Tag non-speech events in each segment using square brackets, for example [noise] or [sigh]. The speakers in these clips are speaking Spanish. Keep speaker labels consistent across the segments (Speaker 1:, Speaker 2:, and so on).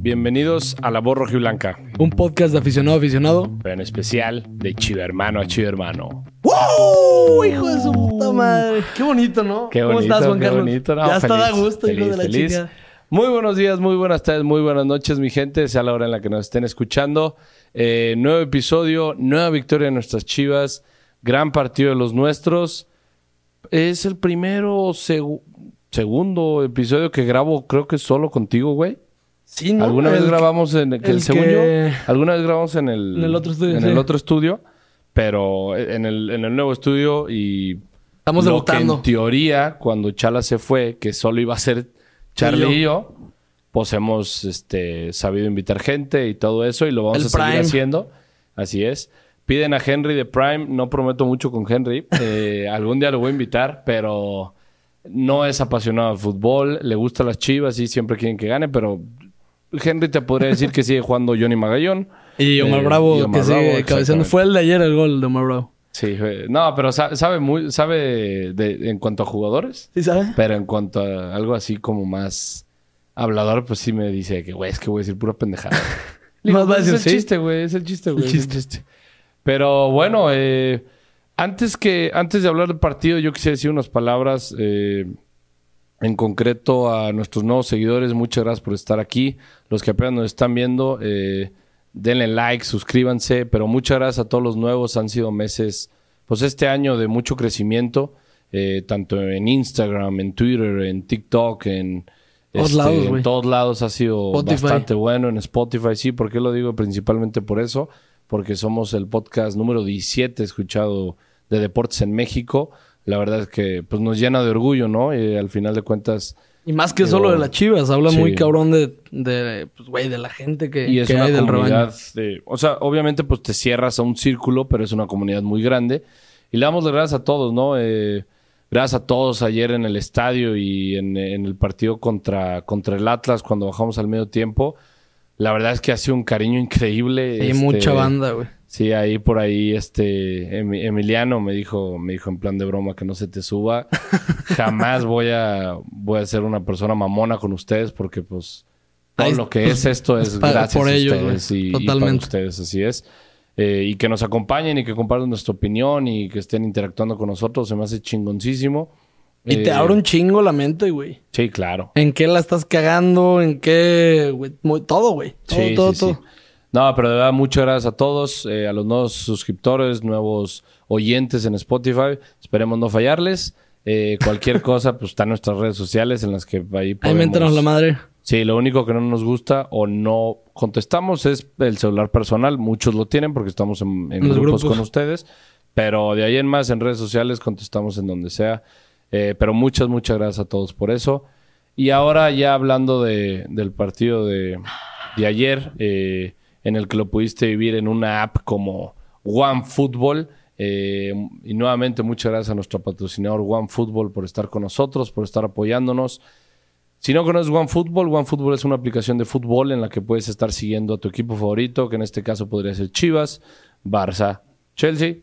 Speaker 1: Bienvenidos a La Voz Rojiblanca,
Speaker 2: Un podcast de aficionado a aficionado.
Speaker 1: pero en especial de Chivermano a Chivermano.
Speaker 2: ¡Wow! Hijo de su puta madre. Qué bonito, ¿no?
Speaker 1: Qué
Speaker 2: ¿Cómo
Speaker 1: bonito,
Speaker 2: estás, Juan
Speaker 1: qué
Speaker 2: Carlos?
Speaker 1: bonito. No,
Speaker 2: ya está
Speaker 1: feliz,
Speaker 2: a gusto, hijo
Speaker 1: feliz,
Speaker 2: de la
Speaker 1: feliz.
Speaker 2: chica.
Speaker 1: Muy buenos días, muy buenas tardes, muy buenas noches, mi gente. Sea la hora en la que nos estén escuchando. Eh, nuevo episodio, nueva victoria de nuestras chivas. Gran partido de los nuestros. Es el primero, segu- segundo episodio que grabo, creo que solo contigo, güey.
Speaker 2: Sí, ¿no?
Speaker 1: Alguna vez
Speaker 2: El-
Speaker 1: grabamos en el, que el
Speaker 2: el
Speaker 1: según
Speaker 2: que-
Speaker 1: yo, alguna vez grabamos en el,
Speaker 2: En el otro estudio,
Speaker 1: en
Speaker 2: sí.
Speaker 1: el otro estudio, pero eh, en el, en el nuevo estudio y
Speaker 2: Estamos
Speaker 1: lo que
Speaker 2: debutando.
Speaker 1: en teoría cuando Chala se fue, que solo iba a ser Charlie y yo,
Speaker 2: Y
Speaker 1: pues hemos este, sabido invitar gente y todo eso y lo vamos
Speaker 2: El
Speaker 1: a seguir
Speaker 2: Prime.
Speaker 1: haciendo. Así es. Piden a Henry de Prime, no prometo mucho con Henry,
Speaker 2: [laughs]
Speaker 1: Eh, algún día lo voy a invitar, pero no es apasionado al fútbol, le gusta las chivas y siempre quieren que gane, pero Henry te
Speaker 2: [laughs]
Speaker 1: podría decir que sigue jugando Johnny Magallón.
Speaker 2: Y Omar
Speaker 1: Eh,
Speaker 2: Bravo,
Speaker 1: y Omar
Speaker 2: que
Speaker 1: Bravo,
Speaker 2: sigue cabeceando.
Speaker 1: exactamente.
Speaker 2: Fue el de ayer el gol de Omar Bravo.
Speaker 1: Sí, eh, no, pero sa- sabe, muy, sabe de- en cuanto a jugadores,
Speaker 2: ¿Sí sabe?
Speaker 1: pero en cuanto a algo así como más hablador, pues sí me dice que, güey, es que voy a decir pura
Speaker 2: [laughs]
Speaker 1: pendejada. Le digo,
Speaker 2: Más va a
Speaker 1: "Pues
Speaker 2: decir,
Speaker 1: es el
Speaker 2: sí.
Speaker 1: chiste, güey, es el chiste,
Speaker 2: El
Speaker 1: güey. es el chiste. Pero bueno, eh, antes, que, antes de hablar del partido, yo quisiera decir unas palabras. eh, en concreto a nuestros nuevos seguidores, muchas gracias por estar aquí. Los que apenas nos están viendo, eh, denle like, suscríbanse, pero muchas gracias a todos los nuevos. Han sido meses, pues este año de mucho crecimiento, eh, tanto en Instagram, en Twitter, en TikTok, en, este,
Speaker 2: Todos lados,
Speaker 1: en
Speaker 2: güey.
Speaker 1: todos lados ha sido
Speaker 2: Spotify.
Speaker 1: bastante bueno. En Spotify, sí, porque lo digo principalmente por eso, porque somos el podcast número 17 escuchado de deportes en México. La verdad es que pues, nos llena de orgullo, ¿no? Y al final de cuentas,
Speaker 2: Y más que
Speaker 1: Digo,
Speaker 2: solo de las chivas. Habla
Speaker 1: sí.
Speaker 2: muy cabrón de, de pues, güey, de la gente que,
Speaker 1: y es
Speaker 2: que
Speaker 1: una
Speaker 2: hay del rebaño.
Speaker 1: comunidad de- o sea obviamente pues te cierras a un círculo pero es una comunidad muy grande y le damos las gracias a todos no Eh, gracias a todos ayer en el estadio y en, en el partido contra contra el Atlas cuando bajamos al medio tiempo la verdad es que ha sido un cariño increíble
Speaker 2: Hay
Speaker 1: este,
Speaker 2: mucha banda, güey.
Speaker 1: Sí, ahí por ahí este Em- Emiliano me dijo, me dijo en plan de broma que no se te
Speaker 2: [laughs]
Speaker 1: suba. Jamás voy a voy a ser una persona mamona con ustedes porque pues todo
Speaker 2: Ahí-
Speaker 1: lo que es esto es
Speaker 2: es pa-
Speaker 1: gracias
Speaker 2: por
Speaker 1: a
Speaker 2: ellos,
Speaker 1: ustedes
Speaker 2: güey.
Speaker 1: y, y para
Speaker 2: Totalmente.
Speaker 1: ustedes, así es. Eh, y que nos acompañen y que compartan nuestra opinión y que estén interactuando con nosotros, se me hace chingoncísimo.
Speaker 2: Y te
Speaker 1: Eh,
Speaker 2: abre un chingo la mente, güey.
Speaker 1: Sí, claro.
Speaker 2: ¿En qué la estás cagando? ¿En qué? güey? Muy- todo, güey. Todo,
Speaker 1: Sí,
Speaker 2: todo,
Speaker 1: sí,
Speaker 2: todo.
Speaker 1: sí. No, pero de verdad, muchas gracias a todos, eh, a los nuevos suscriptores, nuevos oyentes en Spotify. Esperemos no fallarles. Eh, cualquier [laughs] cosa, pues están nuestras redes sociales en las que ahí
Speaker 2: Ahí
Speaker 1: podemos...
Speaker 2: méntanos la madre.
Speaker 1: Sí, lo único que no nos gusta o no contestamos es el celular personal. Muchos lo tienen porque estamos en, en
Speaker 2: Los
Speaker 1: grupos,
Speaker 2: grupos.
Speaker 1: con ustedes. Pero de ahí en más, en redes sociales contestamos en donde sea. Eh, pero muchas, muchas gracias a todos por eso. Y ahora ya hablando de- del partido de, de ayer, eh, en el que lo pudiste vivir en una app como OneFootball. Eh, y nuevamente muchas gracias a nuestro patrocinador OneFootball por estar con nosotros, por estar apoyándonos. Si no conoces OneFootball, OneFootball es una aplicación de fútbol en la que puedes estar siguiendo a tu equipo favorito, que en este caso podría ser Chivas, Barça, Chelsea,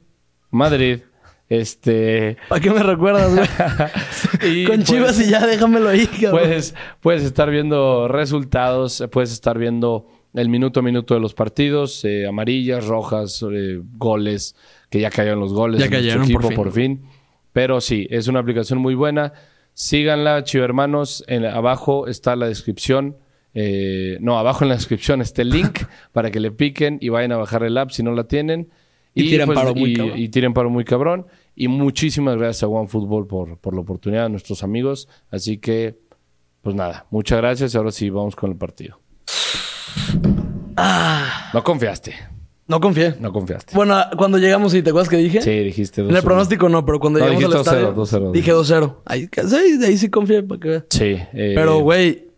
Speaker 1: Madrid, este...
Speaker 2: ¿Para qué me recuerdas, güey?
Speaker 1: y
Speaker 2: Con
Speaker 1: pues,
Speaker 2: chivas y ya déjamelo ahí, cabrón.
Speaker 1: Puedes, puedes estar viendo resultados, eh, puedes estar viendo el minuto a minuto de los partidos, eh, amarillas, rojas, eh, goles, que ya cayeron los goles
Speaker 2: Ya
Speaker 1: de nuestro
Speaker 2: cayeron, por fin.
Speaker 1: Pero sí, es una aplicación muy buena. Síganla, chivermanos. En, abajo está la descripción. eh, no, abajo en la [laughs] descripción está el link para que le piquen y vayan a bajar el app si no la tienen.
Speaker 2: Y tiren paro muy
Speaker 1: y-
Speaker 2: cabrón.
Speaker 1: y tiren paro muy cabrón. Y muchísimas gracias a OneFootball por, por la oportunidad, a nuestros amigos. Así que, pues nada, muchas gracias. Ahora sí, vamos con el partido. No confiaste,
Speaker 2: Ah, No confié.
Speaker 1: no confiaste.
Speaker 2: Bueno, cuando llegamos, y ¿te acuerdas que dije?
Speaker 1: Sí, dijiste
Speaker 2: En el pronóstico no, pero cuando
Speaker 1: No,
Speaker 2: llegamos al
Speaker 1: dijiste 2-0,
Speaker 2: estadio
Speaker 1: 2-0.
Speaker 2: dije 2-0. Ahí, sí, de ahí sí confié, para que veas.
Speaker 1: Sí, eh,
Speaker 2: Pero, güey,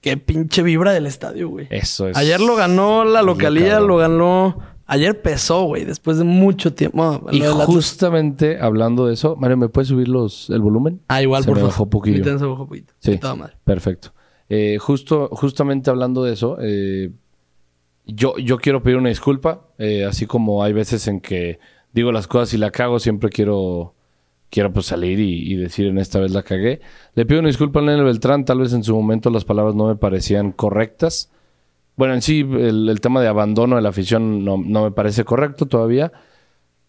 Speaker 2: qué pinche vibra del estadio, güey.
Speaker 1: Eso es.
Speaker 2: Ayer lo ganó la
Speaker 1: es lo
Speaker 2: localía,
Speaker 1: Eh, pues, cabrón.
Speaker 2: lo ganó... Ayer pesó, güey, después de mucho tiempo. No, lo
Speaker 1: Y
Speaker 2: del Atlas-
Speaker 1: justamente hablando de eso, Mario, ¿me puedes subir los, el volumen?
Speaker 2: Ah, igual,
Speaker 1: Se
Speaker 2: por
Speaker 1: me
Speaker 2: favor.
Speaker 1: bajó poquillo.
Speaker 2: A mí también se bajó poquito.
Speaker 1: Sí.
Speaker 2: Toda madre.
Speaker 1: Perfecto. Eh, justo, justamente hablando de eso, eh, yo, yo quiero pedir una disculpa, eh, así como hay veces en que digo las cosas y la cago, siempre quiero quiero pues salir y, y decir en esta vez la cagué. Le pido una disculpa a Leonel Beltrán, tal vez en su momento las palabras no me parecían correctas. Bueno, en sí, el, el tema de abandono de la afición no, no me parece correcto todavía,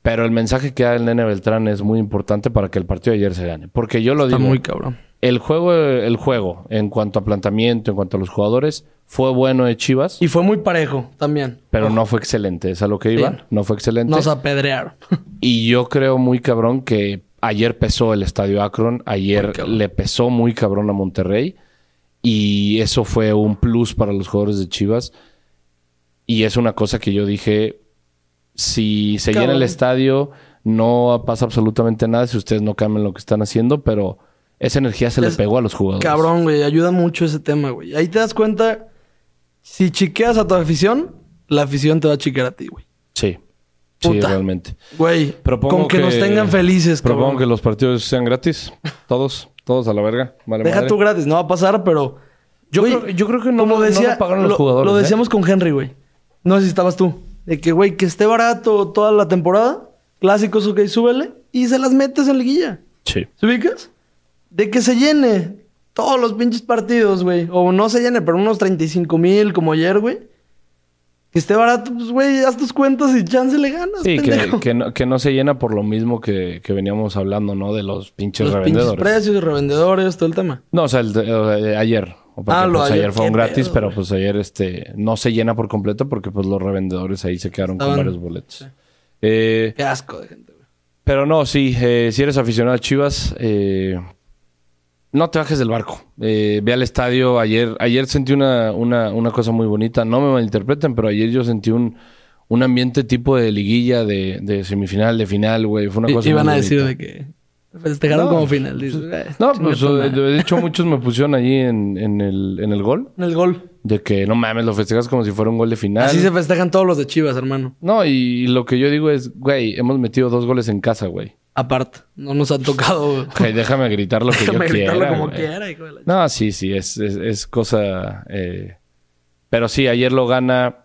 Speaker 1: pero el mensaje que da el Nene Beltrán es muy importante para que el partido de ayer se gane. Porque yo lo
Speaker 2: Está
Speaker 1: digo,
Speaker 2: muy cabrón.
Speaker 1: el, juego, el juego, en cuanto a planteamiento, en cuanto a los jugadores, fue bueno de Chivas,
Speaker 2: Y fue muy parejo también.
Speaker 1: pero no fue excelente. Es a lo que iba,
Speaker 2: Bien.
Speaker 1: no fue excelente.
Speaker 2: Nos apedrearon.
Speaker 1: Y yo creo muy cabrón que ayer pesó el estadio Akron,
Speaker 2: Muy
Speaker 1: ayer
Speaker 2: cabrón.
Speaker 1: le pesó muy cabrón a Monterrey y eso fue un plus para los jugadores de Chivas. Y es una cosa que yo dije, si se llena
Speaker 2: Cabrón.
Speaker 1: el estadio, no pasa absolutamente nada si ustedes no cambian lo que están haciendo, pero esa energía se le
Speaker 2: Es-
Speaker 1: pegó a los jugadores.
Speaker 2: Cabrón, güey. Ayuda mucho ese tema, güey. Ahí te das cuenta. Si chiqueas a tu afición, la afición te va a chiquear a ti, güey.
Speaker 1: Sí, sí,
Speaker 2: Puta.
Speaker 1: realmente.
Speaker 2: Güey,
Speaker 1: Propongo
Speaker 2: con que, nos tengan felices,
Speaker 1: Propongo
Speaker 2: cabrón.
Speaker 1: que los partidos sean gratis. Todos, todos a la verga. Vale,
Speaker 2: Deja
Speaker 1: madre.
Speaker 2: tú gratis, no va a pasar, pero.
Speaker 1: Yo
Speaker 2: Güey,
Speaker 1: creo- yo creo que no-
Speaker 2: como
Speaker 1: no lo pagaron los
Speaker 2: lo-
Speaker 1: jugadores,
Speaker 2: Lo
Speaker 1: ¿eh?
Speaker 2: decíamos con Henry, güey. No sé si estabas tú. De que, güey, que esté barato toda la temporada. Clásicos, ok, súbele. Y se las metes en liguilla.
Speaker 1: Sí.
Speaker 2: ¿Se ubicas? De que se llene todos los pinches partidos, güey. O no se llene, pero unos 35 mil como ayer, güey. Que esté barato, pues, güey, haz tus cuentas y chance le ganas,
Speaker 1: Sí, que,
Speaker 2: pendejo.
Speaker 1: que no, que no se llena por lo mismo que, que veníamos hablando, ¿no? De los pinches
Speaker 2: los pinches
Speaker 1: revendedores.
Speaker 2: precios, revendedores, todo el tema.
Speaker 1: no, o sea, el de- o sea, de ayer. O
Speaker 2: Ah,
Speaker 1: porque,
Speaker 2: lo
Speaker 1: pues,
Speaker 2: de
Speaker 1: ayer,
Speaker 2: ayer,
Speaker 1: fue un
Speaker 2: qué
Speaker 1: gratis,
Speaker 2: pedo,
Speaker 1: pero
Speaker 2: güey.
Speaker 1: pues ayer este no se llena por completo porque pues los revendedores ahí se quedaron
Speaker 2: Estaban-
Speaker 1: con varios boletos. Eh,
Speaker 2: Qué asco de gente, güey.
Speaker 1: pero no, sí, eh, si eres aficionado a Chivas, eh, no te bajes del barco. Eh, ve al estadio. Ayer, ayer sentí una, una, una cosa muy bonita. No me malinterpreten, pero ayer yo sentí un, un ambiente tipo de liguilla, de, de semifinal, de final, güey. Fue una
Speaker 2: I-
Speaker 1: cosa
Speaker 2: Iban
Speaker 1: muy
Speaker 2: a decir
Speaker 1: bonita.
Speaker 2: de que festejaron
Speaker 1: No,
Speaker 2: como final. dices, eh,
Speaker 1: No,
Speaker 2: chinga
Speaker 1: pues
Speaker 2: tu
Speaker 1: eh,
Speaker 2: madre.
Speaker 1: de
Speaker 2: [laughs]
Speaker 1: hecho muchos me pusieron allí en, en el, en el gol.
Speaker 2: En el gol.
Speaker 1: De que no mames, lo festejas como si fuera un gol de final.
Speaker 2: Así se festejan todos los de Chivas, hermano.
Speaker 1: No, y lo que yo digo es, güey, hemos metido dos goles en casa, güey.
Speaker 2: Aparte, no nos han
Speaker 1: [laughs]
Speaker 2: tocado. güey.
Speaker 1: Ok, déjame gritar lo que
Speaker 2: [laughs] Déjame
Speaker 1: yo
Speaker 2: gritarlo
Speaker 1: quiera,
Speaker 2: como
Speaker 1: güey.
Speaker 2: quiera, hijo de la ch-
Speaker 1: No, sí, sí, es, es, es cosa... eh, Pero sí, ayer lo gana...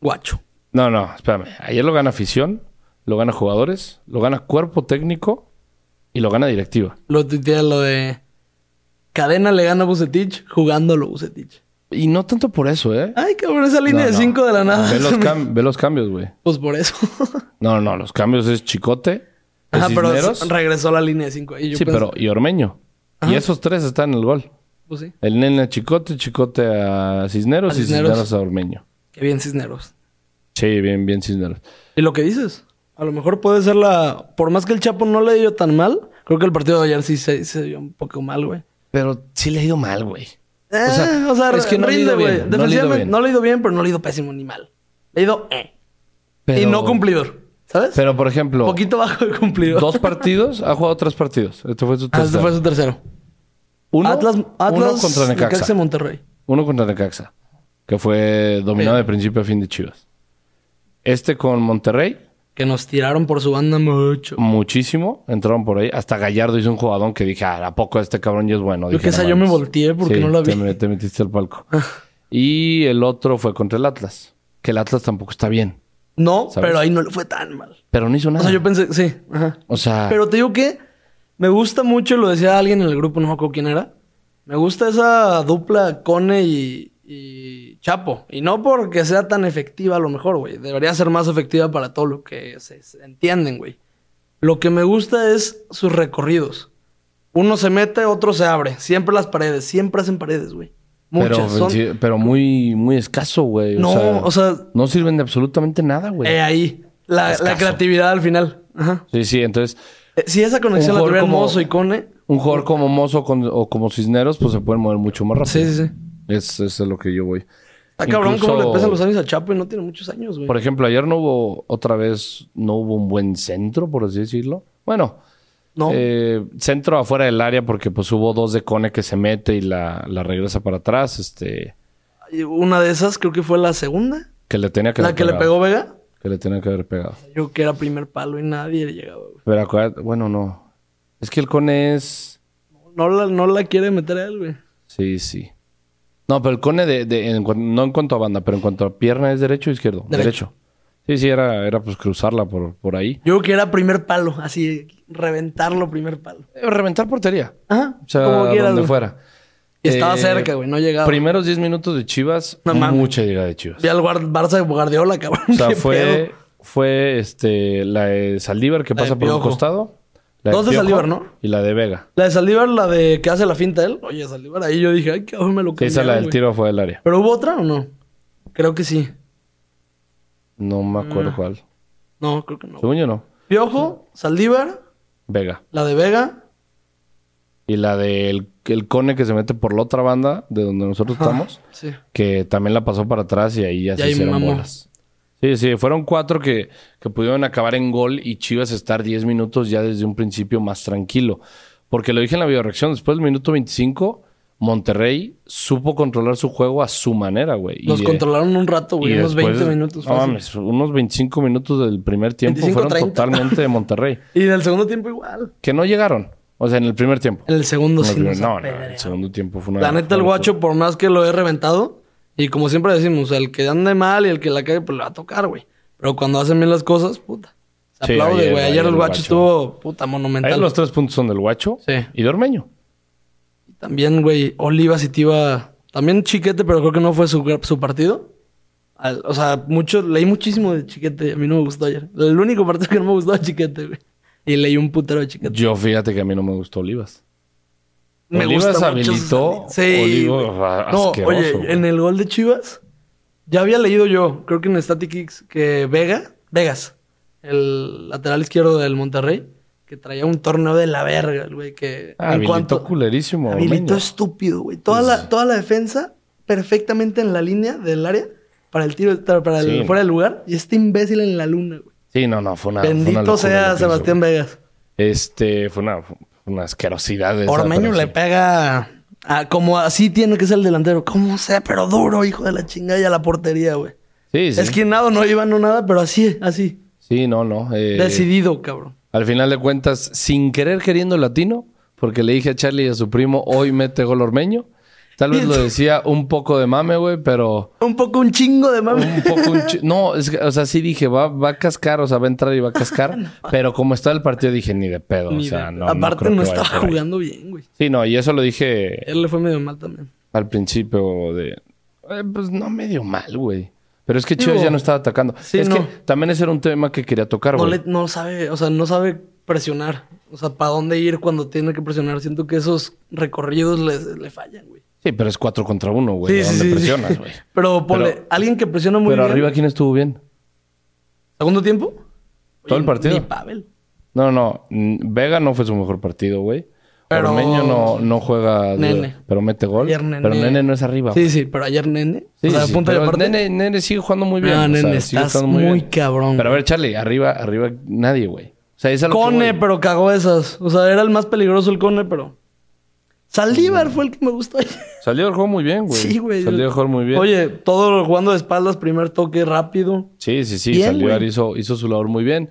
Speaker 2: Guacho.
Speaker 1: No, no, espérame. Ayer lo gana afición, lo gana jugadores, lo gana cuerpo técnico y lo gana directiva.
Speaker 2: Lo tuitea lo de. Cadena le gana a Bucetich jugándolo Bucetich.
Speaker 1: Y no tanto por eso, ¿eh?
Speaker 2: Ay, cabrón, esa Ah, línea
Speaker 1: No,
Speaker 2: de
Speaker 1: no.
Speaker 2: 5 de la nada.
Speaker 1: Ve
Speaker 2: [laughs]
Speaker 1: los, cam- ve los cambios, güey.
Speaker 2: pues por eso.
Speaker 1: No, no, los cambios es Chicote, es
Speaker 2: Ah, pero
Speaker 1: Cisneros,
Speaker 2: regresó la línea de 5. Y yo
Speaker 1: sí,
Speaker 2: pensé,
Speaker 1: pero y Ormeño. Y esos tres están en el gol.
Speaker 2: Pues sí.
Speaker 1: El nene a Chicote, Chicote a Cisneros,
Speaker 2: A Cisneros.
Speaker 1: y Cisneros a Ormeño.
Speaker 2: Qué bien Cisneros.
Speaker 1: Sí, bien, bien Cisneros.
Speaker 2: Y lo que dices, a lo mejor puede ser la. Por más que el Chapo no le dio tan mal, creo que el partido de ayer sí se, se dio un poco mal, güey.
Speaker 1: Pero sí le ha ido mal, güey.
Speaker 2: Eh,
Speaker 1: O
Speaker 2: o
Speaker 1: sea,
Speaker 2: sea,
Speaker 1: es que no le ha
Speaker 2: rinde,
Speaker 1: ido
Speaker 2: güey.
Speaker 1: bien, no le ha ido
Speaker 2: Defensivamente
Speaker 1: bien.
Speaker 2: no le ha ido bien, pero no le ha ido pésimo ni mal. Le ha ido eh.
Speaker 1: Pero-
Speaker 2: Y no cumplidor, ¿sabes?
Speaker 1: Pero, por ejemplo,
Speaker 2: Poquito bajo de cumplidor.
Speaker 1: dos partidos, ha jugado tres partidos. Este fue su
Speaker 2: Ah,
Speaker 1: tercero.
Speaker 2: este fue su tercero.
Speaker 1: Uno,
Speaker 2: Atlas, Atlas
Speaker 1: uno contra Necaxa.
Speaker 2: Necaxa Monterrey.
Speaker 1: Uno contra Necaxa, que fue dominado de principio a fin de Chivas. Este con Monterrey,
Speaker 2: Que nos tiraron por su banda mucho.
Speaker 1: muchísimo. Entraron por ahí. Hasta Gallardo hizo un jugadón que dije, "Ah, ¿a poco este cabrón ya es bueno?
Speaker 2: Yo
Speaker 1: Dije,
Speaker 2: que esa
Speaker 1: "No
Speaker 2: yo me
Speaker 1: mames".
Speaker 2: volteé porque
Speaker 1: Sí,
Speaker 2: no la vi. Ah.
Speaker 1: Te, me- te metiste al palco. y el otro fue contra el Atlas. Que el Atlas tampoco está bien.
Speaker 2: No,
Speaker 1: ¿Sabes?
Speaker 2: pero ahí no le fue tan mal.
Speaker 1: Pero no hizo
Speaker 2: O
Speaker 1: nada.
Speaker 2: sea, yo pensé, sí. Ajá.
Speaker 1: O sea,
Speaker 2: Pero te digo que me gusta mucho, lo decía alguien en el grupo, no me acuerdo quién era. Me gusta esa dupla Cone y, y Chapo. Y no porque sea tan efectiva a lo mejor, güey. Debería ser más efectiva para todo lo que se, se entienden, güey. Lo que me gusta es sus recorridos. Uno se mete, otro se abre. Siempre las paredes. Siempre hacen paredes, güey. Muchas.
Speaker 1: pero, pues,
Speaker 2: son-
Speaker 1: sí, pero muy, muy escaso, güey.
Speaker 2: No, o sea-
Speaker 1: No sirven de absolutamente nada, güey.
Speaker 2: Eh, ahí. La,
Speaker 1: Escaso.
Speaker 2: la creatividad al final. Ajá.
Speaker 1: sí, sí. Entonces,
Speaker 2: Eh, si esa
Speaker 1: Un
Speaker 2: conexión la
Speaker 1: jugador
Speaker 2: tuviera
Speaker 1: como-
Speaker 2: Mozo y Cone...
Speaker 1: un jugador como Mozo con- o como Cisneros, pues se pueden mover mucho más rápido.
Speaker 2: Sí, sí, sí.
Speaker 1: Es, es a lo que yo voy.
Speaker 2: Está Ah, cabrón cómo
Speaker 1: Incluso-
Speaker 2: le pesan los años al Chapo y no tiene muchos años, güey.
Speaker 1: Por ejemplo, ayer no hubo otra vez, no hubo un buen centro, por así decirlo. Bueno,
Speaker 2: No.
Speaker 1: eh, centro afuera del área porque pues hubo dos de Cone que se mete y la, la regresa para atrás, este,
Speaker 2: Una de esas creo que fue la segunda.
Speaker 1: que le tenía que
Speaker 2: la
Speaker 1: haber
Speaker 2: que le
Speaker 1: pegado.
Speaker 2: pegó Vega.
Speaker 1: Que le tenía que haber pegado.
Speaker 2: Yo que era primer palo y nadie le llegaba, güey.
Speaker 1: Pero acuérdate, bueno, no. Es que el Cone es...
Speaker 2: No la, no la quiere meter a él, güey.
Speaker 1: Sí, sí. No, pero el Cone de, de- en cuan- no en cuanto a banda, pero en cuanto a pierna es derecho o izquierdo. Derecho.
Speaker 2: Derecho.
Speaker 1: Sí, sí, era, era pues cruzarla por, por ahí.
Speaker 2: Yo creo que era primer palo, así, reventarlo primer palo.
Speaker 1: Eh, Reventar portería.
Speaker 2: Ajá,
Speaker 1: O sea,
Speaker 2: como quieras,
Speaker 1: donde
Speaker 2: güey.
Speaker 1: fuera.
Speaker 2: Y estaba
Speaker 1: Eh,
Speaker 2: cerca, güey, no llegaba.
Speaker 1: Primeros 10 minutos de Chivas,
Speaker 2: No mames.
Speaker 1: mucha llegada de Chivas.
Speaker 2: Vi al Guar- Barça de Guardiola, cabrón.
Speaker 1: O sea,
Speaker 2: qué
Speaker 1: fue,
Speaker 2: pedo.
Speaker 1: fue este, la de Saldívar que
Speaker 2: La de
Speaker 1: pasa por un
Speaker 2: Piojo.
Speaker 1: costado. La
Speaker 2: Dos de
Speaker 1: Piojo
Speaker 2: Saldívar, ¿no?
Speaker 1: Y la de Vega.
Speaker 2: La de Saldívar, la de que hace la finta él. Oye, Saldívar, ahí yo dije, ay, cabrón, me lo cambiaron,
Speaker 1: Esa la del
Speaker 2: güey.
Speaker 1: tiro fue del área.
Speaker 2: ¿Pero hubo otra o no? Creo que sí.
Speaker 1: No me acuerdo
Speaker 2: Mm.
Speaker 1: cuál.
Speaker 2: No, creo que no.
Speaker 1: Según yo no.
Speaker 2: Piojo, Saldívar,
Speaker 1: Vega.
Speaker 2: la de Vega.
Speaker 1: Y la del el cone que se mete por la otra banda de donde nosotros
Speaker 2: Ajá,
Speaker 1: estamos,
Speaker 2: Sí.
Speaker 1: que también la pasó para atrás y ahí ya
Speaker 2: Y
Speaker 1: se
Speaker 2: ahí
Speaker 1: hicieron
Speaker 2: mamó.
Speaker 1: bolas. Sí, sí, fueron cuatro que, que pudieron acabar en gol y Chivas estar 10 minutos ya desde un principio más tranquilo. Porque lo dije en la videoreacción, después del minuto 25, Monterrey supo controlar su juego a su manera, güey. Y
Speaker 2: Los
Speaker 1: de-
Speaker 2: controlaron un rato,
Speaker 1: y
Speaker 2: güey. Unos
Speaker 1: después-
Speaker 2: 20 minutos.
Speaker 1: No
Speaker 2: fácil.
Speaker 1: mames, unos 25 minutos del primer tiempo
Speaker 2: 25,
Speaker 1: fueron
Speaker 2: 30.
Speaker 1: totalmente de Monterrey.
Speaker 2: Y del segundo tiempo igual.
Speaker 1: Que no llegaron. O sea, en el primer tiempo.
Speaker 2: En el segundo
Speaker 1: En el
Speaker 2: sí.
Speaker 1: primer-
Speaker 2: nos
Speaker 1: no, no,
Speaker 2: apedrearon.
Speaker 1: el segundo tiempo fue una.
Speaker 2: La neta, el guacho, por más que lo he reventado, y como siempre decimos, el que ande mal y el que la cague, pues le va a tocar, güey. Pero cuando hacen bien las cosas, puta. Se
Speaker 1: Sí,
Speaker 2: aplaude,
Speaker 1: ayer,
Speaker 2: güey. Ayer,
Speaker 1: ayer
Speaker 2: el
Speaker 1: el
Speaker 2: guacho
Speaker 1: Guacho.
Speaker 2: estuvo, puta,
Speaker 1: Ahí
Speaker 2: monumental.
Speaker 1: los tres puntos son del guacho
Speaker 2: Sí.
Speaker 1: y de Ormeño.
Speaker 2: También, güey, Olivas y Tiva. También Chiquete, pero creo que no fue su, su partido. Al- o sea, mucho, leí muchísimo de Chiquete. A mí no me gustó ayer. El único partido que no me gustó de Chiquete, güey. Y leí un putero de Chiquete.
Speaker 1: Yo fíjate que a mí no me gustó Olivas.
Speaker 2: Me
Speaker 1: Olivas
Speaker 2: gusta mucho
Speaker 1: habilitó.
Speaker 2: sus- Sí.
Speaker 1: Olivas,
Speaker 2: güey.
Speaker 1: a-
Speaker 2: no,
Speaker 1: asqueroso,
Speaker 2: oye,
Speaker 1: güey.
Speaker 2: en el gol de Chivas, ya había leído yo, creo que en Static Kicks, que Vega, Vegas, el lateral izquierdo del Monterrey, que traía un torneo de la verga, el güey, que
Speaker 1: Ah, habilitó culerísimo a Pues
Speaker 2: Habilitó
Speaker 1: Ormeño.
Speaker 2: estúpido, güey. Toda la, toda la defensa perfectamente en la línea del área para el tiro, para el
Speaker 1: Sí.
Speaker 2: fuera del lugar, y este imbécil en la luna, güey.
Speaker 1: Sí, no, no, fue una. fue una
Speaker 2: Bendito
Speaker 1: locura lo
Speaker 2: sea
Speaker 1: que hizo,
Speaker 2: Sebastián
Speaker 1: güey.
Speaker 2: Vegas.
Speaker 1: Este, fue una, fue una asquerosidad. esa,
Speaker 2: Ormeño
Speaker 1: pero
Speaker 2: le
Speaker 1: sí.
Speaker 2: pega a- como así tiene que ser el delantero. Como sea, pero duro, hijo de la chingada, y a la portería, güey.
Speaker 1: Sí, sí.
Speaker 2: Esquinado no iba, no nada, pero así, así.
Speaker 1: Sí, no, no. eh,
Speaker 2: Decidido, cabrón.
Speaker 1: Al final de cuentas, sin querer queriendo latino, porque le dije a Charlie y a su primo, hoy mete gol Ormeño. Tal
Speaker 2: [laughs]
Speaker 1: vez lo decía un poco de mame, güey, pero
Speaker 2: Un poco un chingo de mami. [laughs]
Speaker 1: un poco... un chi- no, es que, o sea, sí dije, va, va a cascar, o sea, va a entrar y va a
Speaker 2: [laughs]
Speaker 1: cascar. Pero como estaba el partido, dije, ni de pedo,
Speaker 2: Ni
Speaker 1: o sea,
Speaker 2: de-
Speaker 1: no, no
Speaker 2: Aparte
Speaker 1: creo
Speaker 2: no,
Speaker 1: que vaya
Speaker 2: estaba
Speaker 1: por ahí.
Speaker 2: jugando bien, güey.
Speaker 1: Sí, no, y eso lo dije
Speaker 2: Él le fue medio mal también.
Speaker 1: al principio de... eh, pues no medio mal, güey. Pero es que Chivas
Speaker 2: Digo,
Speaker 1: ya no estaba atacando.
Speaker 2: sí,
Speaker 1: es que
Speaker 2: no.
Speaker 1: también ese era un tema que quería tocar,
Speaker 2: No,
Speaker 1: güey.
Speaker 2: le, no sabe, o sea, no sabe presionar. O sea, para dónde ir cuando tiene que presionar. Siento que esos recorridos le, le fallan, güey.
Speaker 1: Sí, pero es cuatro contra uno, güey. ¿a dónde presionas, güey?
Speaker 2: Pero ponle,
Speaker 1: Pero-
Speaker 2: alguien que presiona [laughs] muy
Speaker 1: Pero
Speaker 2: bien.
Speaker 1: arriba, ¿quién estuvo bien?
Speaker 2: ¿Segundo tiempo?
Speaker 1: Todo el partido.
Speaker 2: Ni Pavel.
Speaker 1: No, no. mm, Vega no fue su mejor partido, güey.
Speaker 2: Pero-
Speaker 1: Ormeño no, no juega, duro,
Speaker 2: Nene.
Speaker 1: pero mete gol.
Speaker 2: Ayer Nene-
Speaker 1: Pero Nene no es arriba.
Speaker 2: Sí,
Speaker 1: güey.
Speaker 2: sí, pero ayer Nene.
Speaker 1: Sí,
Speaker 2: o sea,
Speaker 1: sí,
Speaker 2: punto de
Speaker 1: pero
Speaker 2: aparte.
Speaker 1: Nene, Nene sigue jugando muy bien.
Speaker 2: No,
Speaker 1: o sea,
Speaker 2: Nene,
Speaker 1: sigue
Speaker 2: estás
Speaker 1: jugando
Speaker 2: muy,
Speaker 1: bien.
Speaker 2: cabrón.
Speaker 1: Pero a ver, Charlie, arriba, arriba nadie, güey. O sea, es a lo que
Speaker 2: Cone,
Speaker 1: voy.
Speaker 2: pero cagó esas. O sea, era el más peligroso el Cone, pero. Saldívar fue el que me gustó. ayer.
Speaker 1: Salió el juego muy bien, güey.
Speaker 2: Sí, güey.
Speaker 1: Salió el juego muy bien.
Speaker 2: Oye, todo jugando de espaldas, primer toque rápido.
Speaker 1: Sí, sí, sí.
Speaker 2: Bien,
Speaker 1: Saldívar
Speaker 2: güey.
Speaker 1: hizo, hizo su labor muy bien.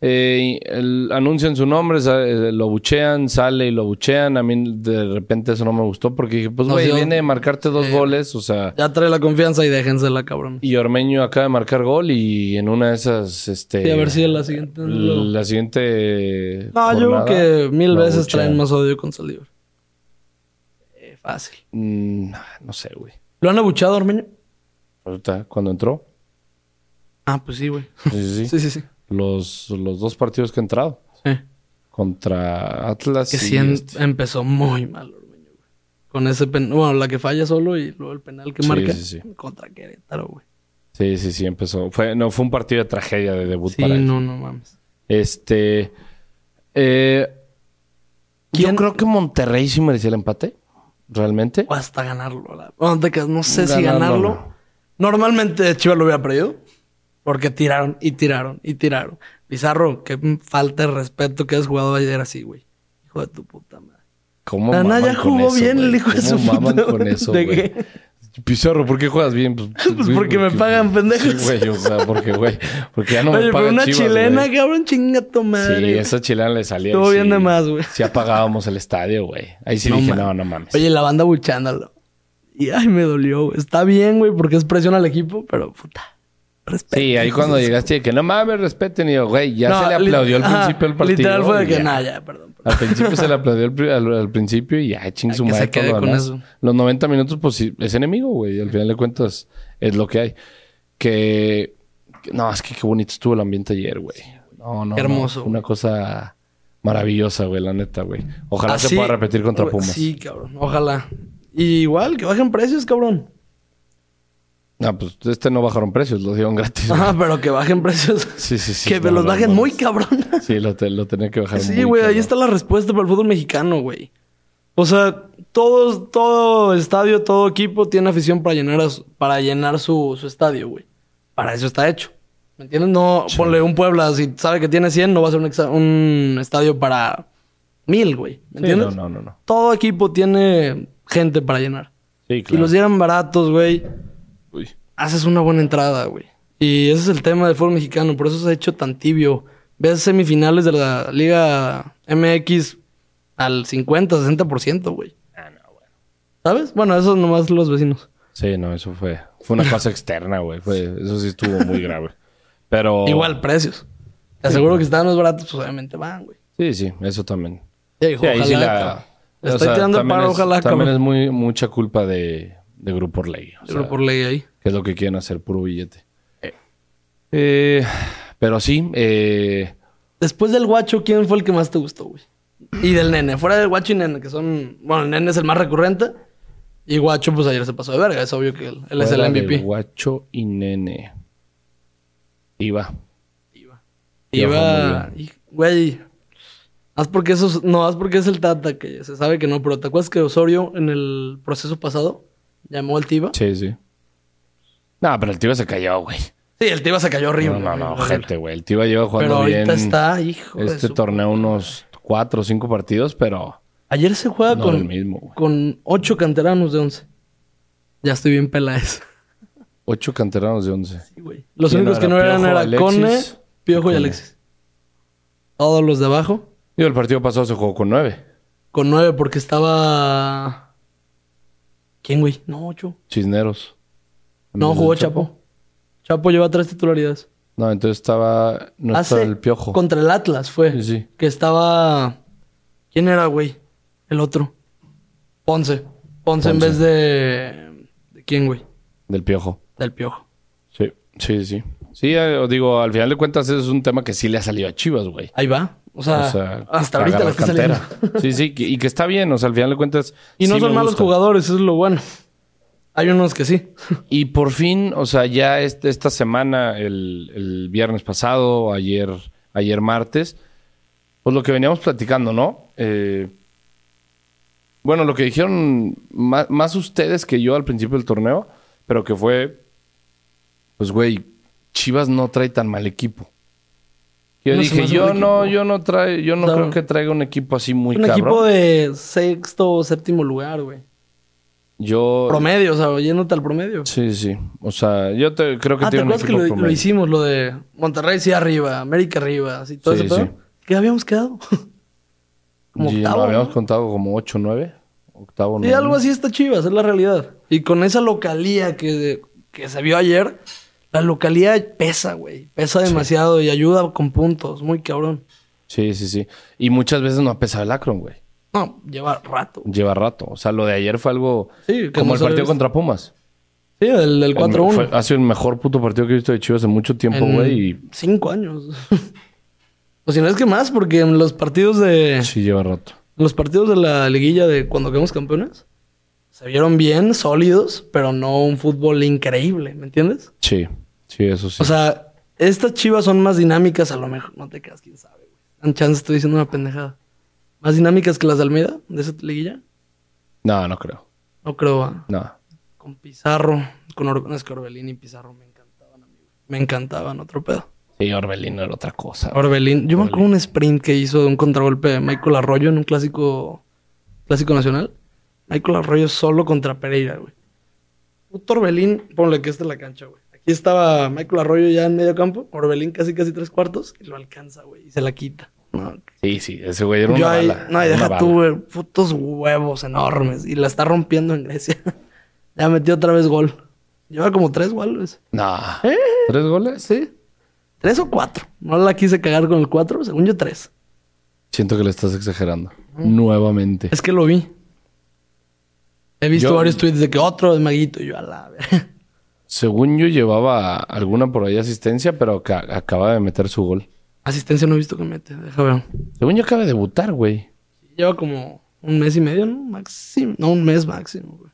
Speaker 1: Eh, y el- anuncian su nombre, sa- eh, lo buchean, sale y lo buchean. A mí de repente eso no me gustó porque dije, pues
Speaker 2: Nos
Speaker 1: güey,
Speaker 2: dio-
Speaker 1: viene de marcarte dos goles, o sea,
Speaker 2: Ya trae la confianza y déjensela, cabrón.
Speaker 1: y Ormeño acaba de marcar gol y en una de esas, este...
Speaker 2: Y a ver si en la siguiente. lo-
Speaker 1: La siguiente...
Speaker 2: No, yo creo
Speaker 1: jornada,
Speaker 2: que mil
Speaker 1: lo
Speaker 2: veces
Speaker 1: buchean.
Speaker 2: traen más odio con Saldívar. Eh, fácil.
Speaker 1: Mm, no sé, güey.
Speaker 2: ¿Lo han abuchado, Ormeño?
Speaker 1: Ahorita, Cuando entró.
Speaker 2: Ah, pues sí, güey.
Speaker 1: Sí, sí, sí.
Speaker 2: [laughs] Sí, sí, sí.
Speaker 1: Los, los dos partidos que ha entrado.
Speaker 2: Sí.
Speaker 1: Contra Atlas
Speaker 2: Que
Speaker 1: y
Speaker 2: sí em-
Speaker 1: este.
Speaker 2: empezó muy mal Ormeño, güey. Con ese pen... Bueno, la que falla solo y luego el penal que
Speaker 1: Sí,
Speaker 2: marca
Speaker 1: sí, sí.
Speaker 2: contra Querétaro, güey.
Speaker 1: Sí, sí, sí, empezó. Fue, no, fue un partido de tragedia de debut
Speaker 2: Sí,
Speaker 1: para él.
Speaker 2: no, no mames.
Speaker 1: Este. eh, yo creo que Monterrey sí merecía el empate. Realmente.
Speaker 2: O hasta ganarlo. La... Bueno, te quedas, no sé si
Speaker 1: Ganarlo,
Speaker 2: ganarlo. Normalmente Chivas lo hubiera perdido. Porque tiraron y tiraron y tiraron. Pizarro, qué falta de respeto que has jugado ayer así, güey. Hijo de tu puta madre.
Speaker 1: ¿Cómo
Speaker 2: La
Speaker 1: maman
Speaker 2: Naya
Speaker 1: con
Speaker 2: jugó
Speaker 1: eso,
Speaker 2: bien,
Speaker 1: güey?
Speaker 2: el hijo de
Speaker 1: ¿Cómo
Speaker 2: su puta
Speaker 1: maman con
Speaker 2: madre?
Speaker 1: eso,
Speaker 2: ¿De
Speaker 1: güey?
Speaker 2: qué?
Speaker 1: Pizarro, ¿por qué juegas
Speaker 2: [laughs]
Speaker 1: bien? Pues, güey,
Speaker 2: porque me pagan, pendejos.
Speaker 1: Sí, güey, o sea, porque, güey. Porque ya no me
Speaker 2: Oye, pero
Speaker 1: pagan
Speaker 2: una
Speaker 1: Chivas,
Speaker 2: chilena,
Speaker 1: güey.
Speaker 2: cabrón, chinga tu madre.
Speaker 1: Sí, esa chilena le salía. y
Speaker 2: Estuvo bien
Speaker 1: sí-
Speaker 2: de más, güey.
Speaker 1: Sí apagábamos el estadio, güey. Ahí sí
Speaker 2: No
Speaker 1: dije,
Speaker 2: mames.
Speaker 1: no, no mames.
Speaker 2: Oye, la banda buchándolo. Y ay, me dolió. güey. Está bien, güey, porque es presión al equipo, pero puta. Respeto.
Speaker 1: Sí, ahí cuando llegaste de que no mames, respeten. Y yo, güey, ya se le aplaudió al principio
Speaker 2: el
Speaker 1: del partido.
Speaker 2: Literal fue de
Speaker 1: y
Speaker 2: que,
Speaker 1: ya.
Speaker 2: nada, ya, perdón. perdón".
Speaker 1: Al principio se le aplaudió al, pri- al- al principio y ya, ching
Speaker 2: Ay,
Speaker 1: su
Speaker 2: que se
Speaker 1: madre.
Speaker 2: quede
Speaker 1: todo lo
Speaker 2: con
Speaker 1: demás.
Speaker 2: eso.
Speaker 1: Los 90 minutos, pues sí, es enemigo, güey. Al final de cuentas, es lo que hay. Que. que- No, es que qué bonito estuvo el ambiente ayer, güey. No, no.
Speaker 2: Qué hermoso,
Speaker 1: no. Fue Una cosa maravillosa, güey, la neta, güey. Ojalá se
Speaker 2: Así-
Speaker 1: pueda repetir contra
Speaker 2: Ah, güey,
Speaker 1: Pumas.
Speaker 2: Sí, cabrón. Ojalá. Y igual, que bajen precios, cabrón.
Speaker 1: No, pues este no bajaron precios, lo dieron gratis. güey.
Speaker 2: Ajá, pero que bajen precios.
Speaker 1: Sí, sí, sí.
Speaker 2: que
Speaker 1: no,
Speaker 2: los
Speaker 1: no,
Speaker 2: bajen
Speaker 1: no.
Speaker 2: muy cabrón.
Speaker 1: [laughs] Sí, lo, te- lo tenía que bajar
Speaker 2: [laughs] Sí,
Speaker 1: muy,
Speaker 2: güey, ahí
Speaker 1: cabrón.
Speaker 2: está la respuesta para el fútbol mexicano, güey. O sea, todo, todo estadio, todo equipo tiene afición para llenar, a su- para llenar su, su estadio, güey. Para eso está hecho. ¿Me entiendes? No, ponle un Puebla, si sabe que tiene 100, no va a ser un, exa- un estadio para mil, güey. ¿Me
Speaker 1: Sí,
Speaker 2: entiendes?
Speaker 1: no, no, no, no.
Speaker 2: Todo equipo tiene gente para llenar.
Speaker 1: Sí,
Speaker 2: Si
Speaker 1: claro.
Speaker 2: los dieran baratos, güey,
Speaker 1: Uy.
Speaker 2: haces una buena entrada, güey. Y ese es el tema del fútbol mexicano, por eso se ha hecho tan tibio. Ves semifinales de la Liga MX al 50, 60%, güey.
Speaker 1: Ah,
Speaker 2: ¿Sabes? Bueno, eso nomás los vecinos.
Speaker 1: Sí, no, eso fue, fue una cosa externa, güey. Fue- eso sí estuvo muy grave. Pero.
Speaker 2: Igual, precios. Te aseguro que si estaban los baratos, pues obviamente van, güey.
Speaker 1: Sí, sí, eso también.
Speaker 2: Ya dijo,
Speaker 1: Sí, ahí sí
Speaker 2: ojalá,
Speaker 1: la-
Speaker 2: cabrón.
Speaker 1: o
Speaker 2: Le Estoy
Speaker 1: sea,
Speaker 2: tirando el
Speaker 1: también
Speaker 2: paro,
Speaker 1: es-
Speaker 2: ojalá,
Speaker 1: También
Speaker 2: cabrón.
Speaker 1: es muy, mucha culpa de, de Grupo Ley. o
Speaker 2: Yo
Speaker 1: sea,
Speaker 2: creo por ley ahí.
Speaker 1: que es lo que quieren hacer, puro billete. Eh, pero sí, eh,
Speaker 2: Después del guacho, ¿quién fue el que más te gustó, güey? Y del nene. Fuera del guacho y nene, que son... Bueno, el nene es el más recurrente. Y guacho, pues ayer se pasó de verga. Es obvio que él, él es el
Speaker 1: fuera de
Speaker 2: MVP.
Speaker 1: Guacho y Nene. Iba.
Speaker 2: Iba.
Speaker 1: Ya
Speaker 2: Iba.
Speaker 1: fue
Speaker 2: y- Güey. Haz porque eso. es- No, haz porque es el Tata, que se sabe que no, pero ¿te acuerdas que Osorio en el proceso pasado llamó al Tiba? Sí,
Speaker 1: Sí, sí. No, pero el tío se cayó, güey.
Speaker 2: el Tiba se cayó horrible.
Speaker 1: No, no, no,
Speaker 2: horrible.
Speaker 1: gente, güey. El tío lleva
Speaker 2: Pero
Speaker 1: jugando bien.
Speaker 2: ahorita está, hijo. de
Speaker 1: este
Speaker 2: su-
Speaker 1: torneo unos cuatro o cinco partidos, pero
Speaker 2: Ayer se juega
Speaker 1: no el
Speaker 2: con,
Speaker 1: mismo, güey.
Speaker 2: con ocho canteranos de once. Ya estoy bien peláez.
Speaker 1: Ocho canteranos de once.
Speaker 2: Sí, güey. Los
Speaker 1: ¿Quién
Speaker 2: únicos
Speaker 1: era?
Speaker 2: que no eran
Speaker 1: Piojo,
Speaker 2: era
Speaker 1: Alexis.
Speaker 2: Cone, Piojo y
Speaker 1: Cone.
Speaker 2: Alexis. Todos los de abajo.
Speaker 1: Digo, el partido pasado se jugó con nueve.
Speaker 2: Con nueve, porque estaba. ¿Quién, güey? No, ocho.
Speaker 1: Cisneros. En
Speaker 2: No,
Speaker 1: vez del
Speaker 2: jugó Chapo. Chapo. lleva tres titularidades.
Speaker 1: No, entonces estaba. No estaba el piojo.
Speaker 2: Contra el Atlas fue.
Speaker 1: Sí, sí.
Speaker 2: Que estaba. ¿Quién era, güey? El otro. Ponce. Ponce, en
Speaker 1: Ponce.
Speaker 2: vez de. ¿De quién, güey?
Speaker 1: Del piojo.
Speaker 2: Del Piojo.
Speaker 1: Sí, sí, sí. Sí, eh, os digo, al final de cuentas es un tema que sí le ha salido a Chivas, güey.
Speaker 2: Ahí va. O sea,
Speaker 1: O sea,
Speaker 2: Ah, hasta ahorita la
Speaker 1: agarrar
Speaker 2: está
Speaker 1: cantera.
Speaker 2: saliendo.
Speaker 1: Sí, sí, que- y que está bien, o sea, al final de cuentas.
Speaker 2: Y no
Speaker 1: sí
Speaker 2: son
Speaker 1: me
Speaker 2: malos
Speaker 1: gusta.
Speaker 2: jugadores, eso es lo bueno. Hay unos que sí.
Speaker 1: Y por fin, o sea, ya este- esta semana, el, el viernes pasado, ayer, ayer martes, pues lo que veníamos platicando, ¿no? Eh, bueno, lo que dijeron ma- más, ustedes que yo al principio del torneo, pero que fue, pues güey, Chivas no trae tan mal equipo. Yo
Speaker 2: No se
Speaker 1: dije,
Speaker 2: me hace
Speaker 1: yo
Speaker 2: mal
Speaker 1: no,
Speaker 2: equipo.
Speaker 1: yo no trae, yo no
Speaker 2: Claro.
Speaker 1: creo que traiga un equipo así muy
Speaker 2: Un
Speaker 1: cabrón.
Speaker 2: equipo de sexto o séptimo lugar, güey.
Speaker 1: Yo
Speaker 2: Promedio, o sea, yéndote al promedio.
Speaker 1: sí, sí. O sea, yo te- creo que
Speaker 2: Ah, ¿te
Speaker 1: tiene un
Speaker 2: acuerdas que
Speaker 1: equipo
Speaker 2: lo, lo
Speaker 1: promedio.
Speaker 2: hicimos? Lo de Monterrey sí arriba, América arriba, así todo
Speaker 1: Sí,
Speaker 2: eso.
Speaker 1: sí.
Speaker 2: ¿Qué habíamos quedado? [laughs] Como
Speaker 1: Y
Speaker 2: octavo,
Speaker 1: no, habíamos
Speaker 2: ¿no?
Speaker 1: contado como 8, 9. Octavo,
Speaker 2: Sí,
Speaker 1: noveno.
Speaker 2: algo así está chivas, es la realidad. Y con esa localía que, que se vio ayer, la localía pesa, güey. Pesa demasiado y ayuda con puntos, muy cabrón.
Speaker 1: Sí, sí, sí. Y muchas veces no ha pesado el Akron, güey.
Speaker 2: No, lleva rato.
Speaker 1: Lleva rato. O sea, lo de ayer fue algo
Speaker 2: Sí, que
Speaker 1: como
Speaker 2: no
Speaker 1: el
Speaker 2: se había
Speaker 1: partido
Speaker 2: visto.
Speaker 1: contra Pumas.
Speaker 2: Sí, del, del
Speaker 1: El- fue-
Speaker 2: 4-1.
Speaker 1: Ha sido el mejor puto partido que he visto de Chivas en mucho tiempo,
Speaker 2: En
Speaker 1: güey.
Speaker 2: Cinco años. [laughs] o si no es que más, porque en los partidos de...
Speaker 1: Y sí lleva rato.
Speaker 2: Los partidos de la liguilla de cuando quedamos campeones se vieron bien, sólidos, pero no un fútbol increíble, ¿me entiendes?
Speaker 1: Sí, sí, eso sí.
Speaker 2: O sea, estas chivas son más dinámicas a lo mejor. No te creas, quién sabe, güey. Dan chance, estoy diciendo una pendejada. ¿Más dinámicas que las de Almeida, de esa liguilla?
Speaker 1: no, no creo.
Speaker 2: No creo, ah.
Speaker 1: No.
Speaker 2: Con Pizarro, con Or- no, es que Orbelín y Pizarro me encantaban, amigo. Me encantaban, otro pedo.
Speaker 1: Sí, Orbelino era otra cosa. güey.
Speaker 2: Orbelín, yo me acuerdo un sprint que hizo de un contragolpe de Michael Arroyo en un clásico clásico nacional. Michael Arroyo solo contra Pereira, güey. Puto Orbelín, ponle que esta es la cancha, güey. Aquí estaba Michael Arroyo ya en medio campo, Orbelín casi casi tres cuartos, y lo alcanza, güey, y se la quita. No,
Speaker 1: Sí, sí, ese güey era una
Speaker 2: yo ahí,
Speaker 1: bala.
Speaker 2: no, y
Speaker 1: era
Speaker 2: deja
Speaker 1: una
Speaker 2: tú,
Speaker 1: bala.
Speaker 2: güey, [laughs] putos huevos enormes, y la está rompiendo en Grecia. ya metió otra vez gol. Lleva como tres goles.
Speaker 1: Nah. ¿Tres goles?
Speaker 2: ¿Eh? Sí. Tres o cuatro. No la quise cagar con el cuatro. Según yo, tres.
Speaker 1: Siento que le estás exagerando.
Speaker 2: Mm.
Speaker 1: Nuevamente.
Speaker 2: Es que lo vi. He visto
Speaker 1: Yo-
Speaker 2: varios tweets de que otro es maguito. Y yo, a la verga. [laughs]
Speaker 1: Según yo llevaba alguna por ahí asistencia, pero ca- acaba de meter su gol.
Speaker 2: Asistencia no he visto que mete. Deja ver.
Speaker 1: Según yo acaba de debutar, güey.
Speaker 2: Lleva como un mes y medio, ¿no? Máximo. No, un mes máximo, güey.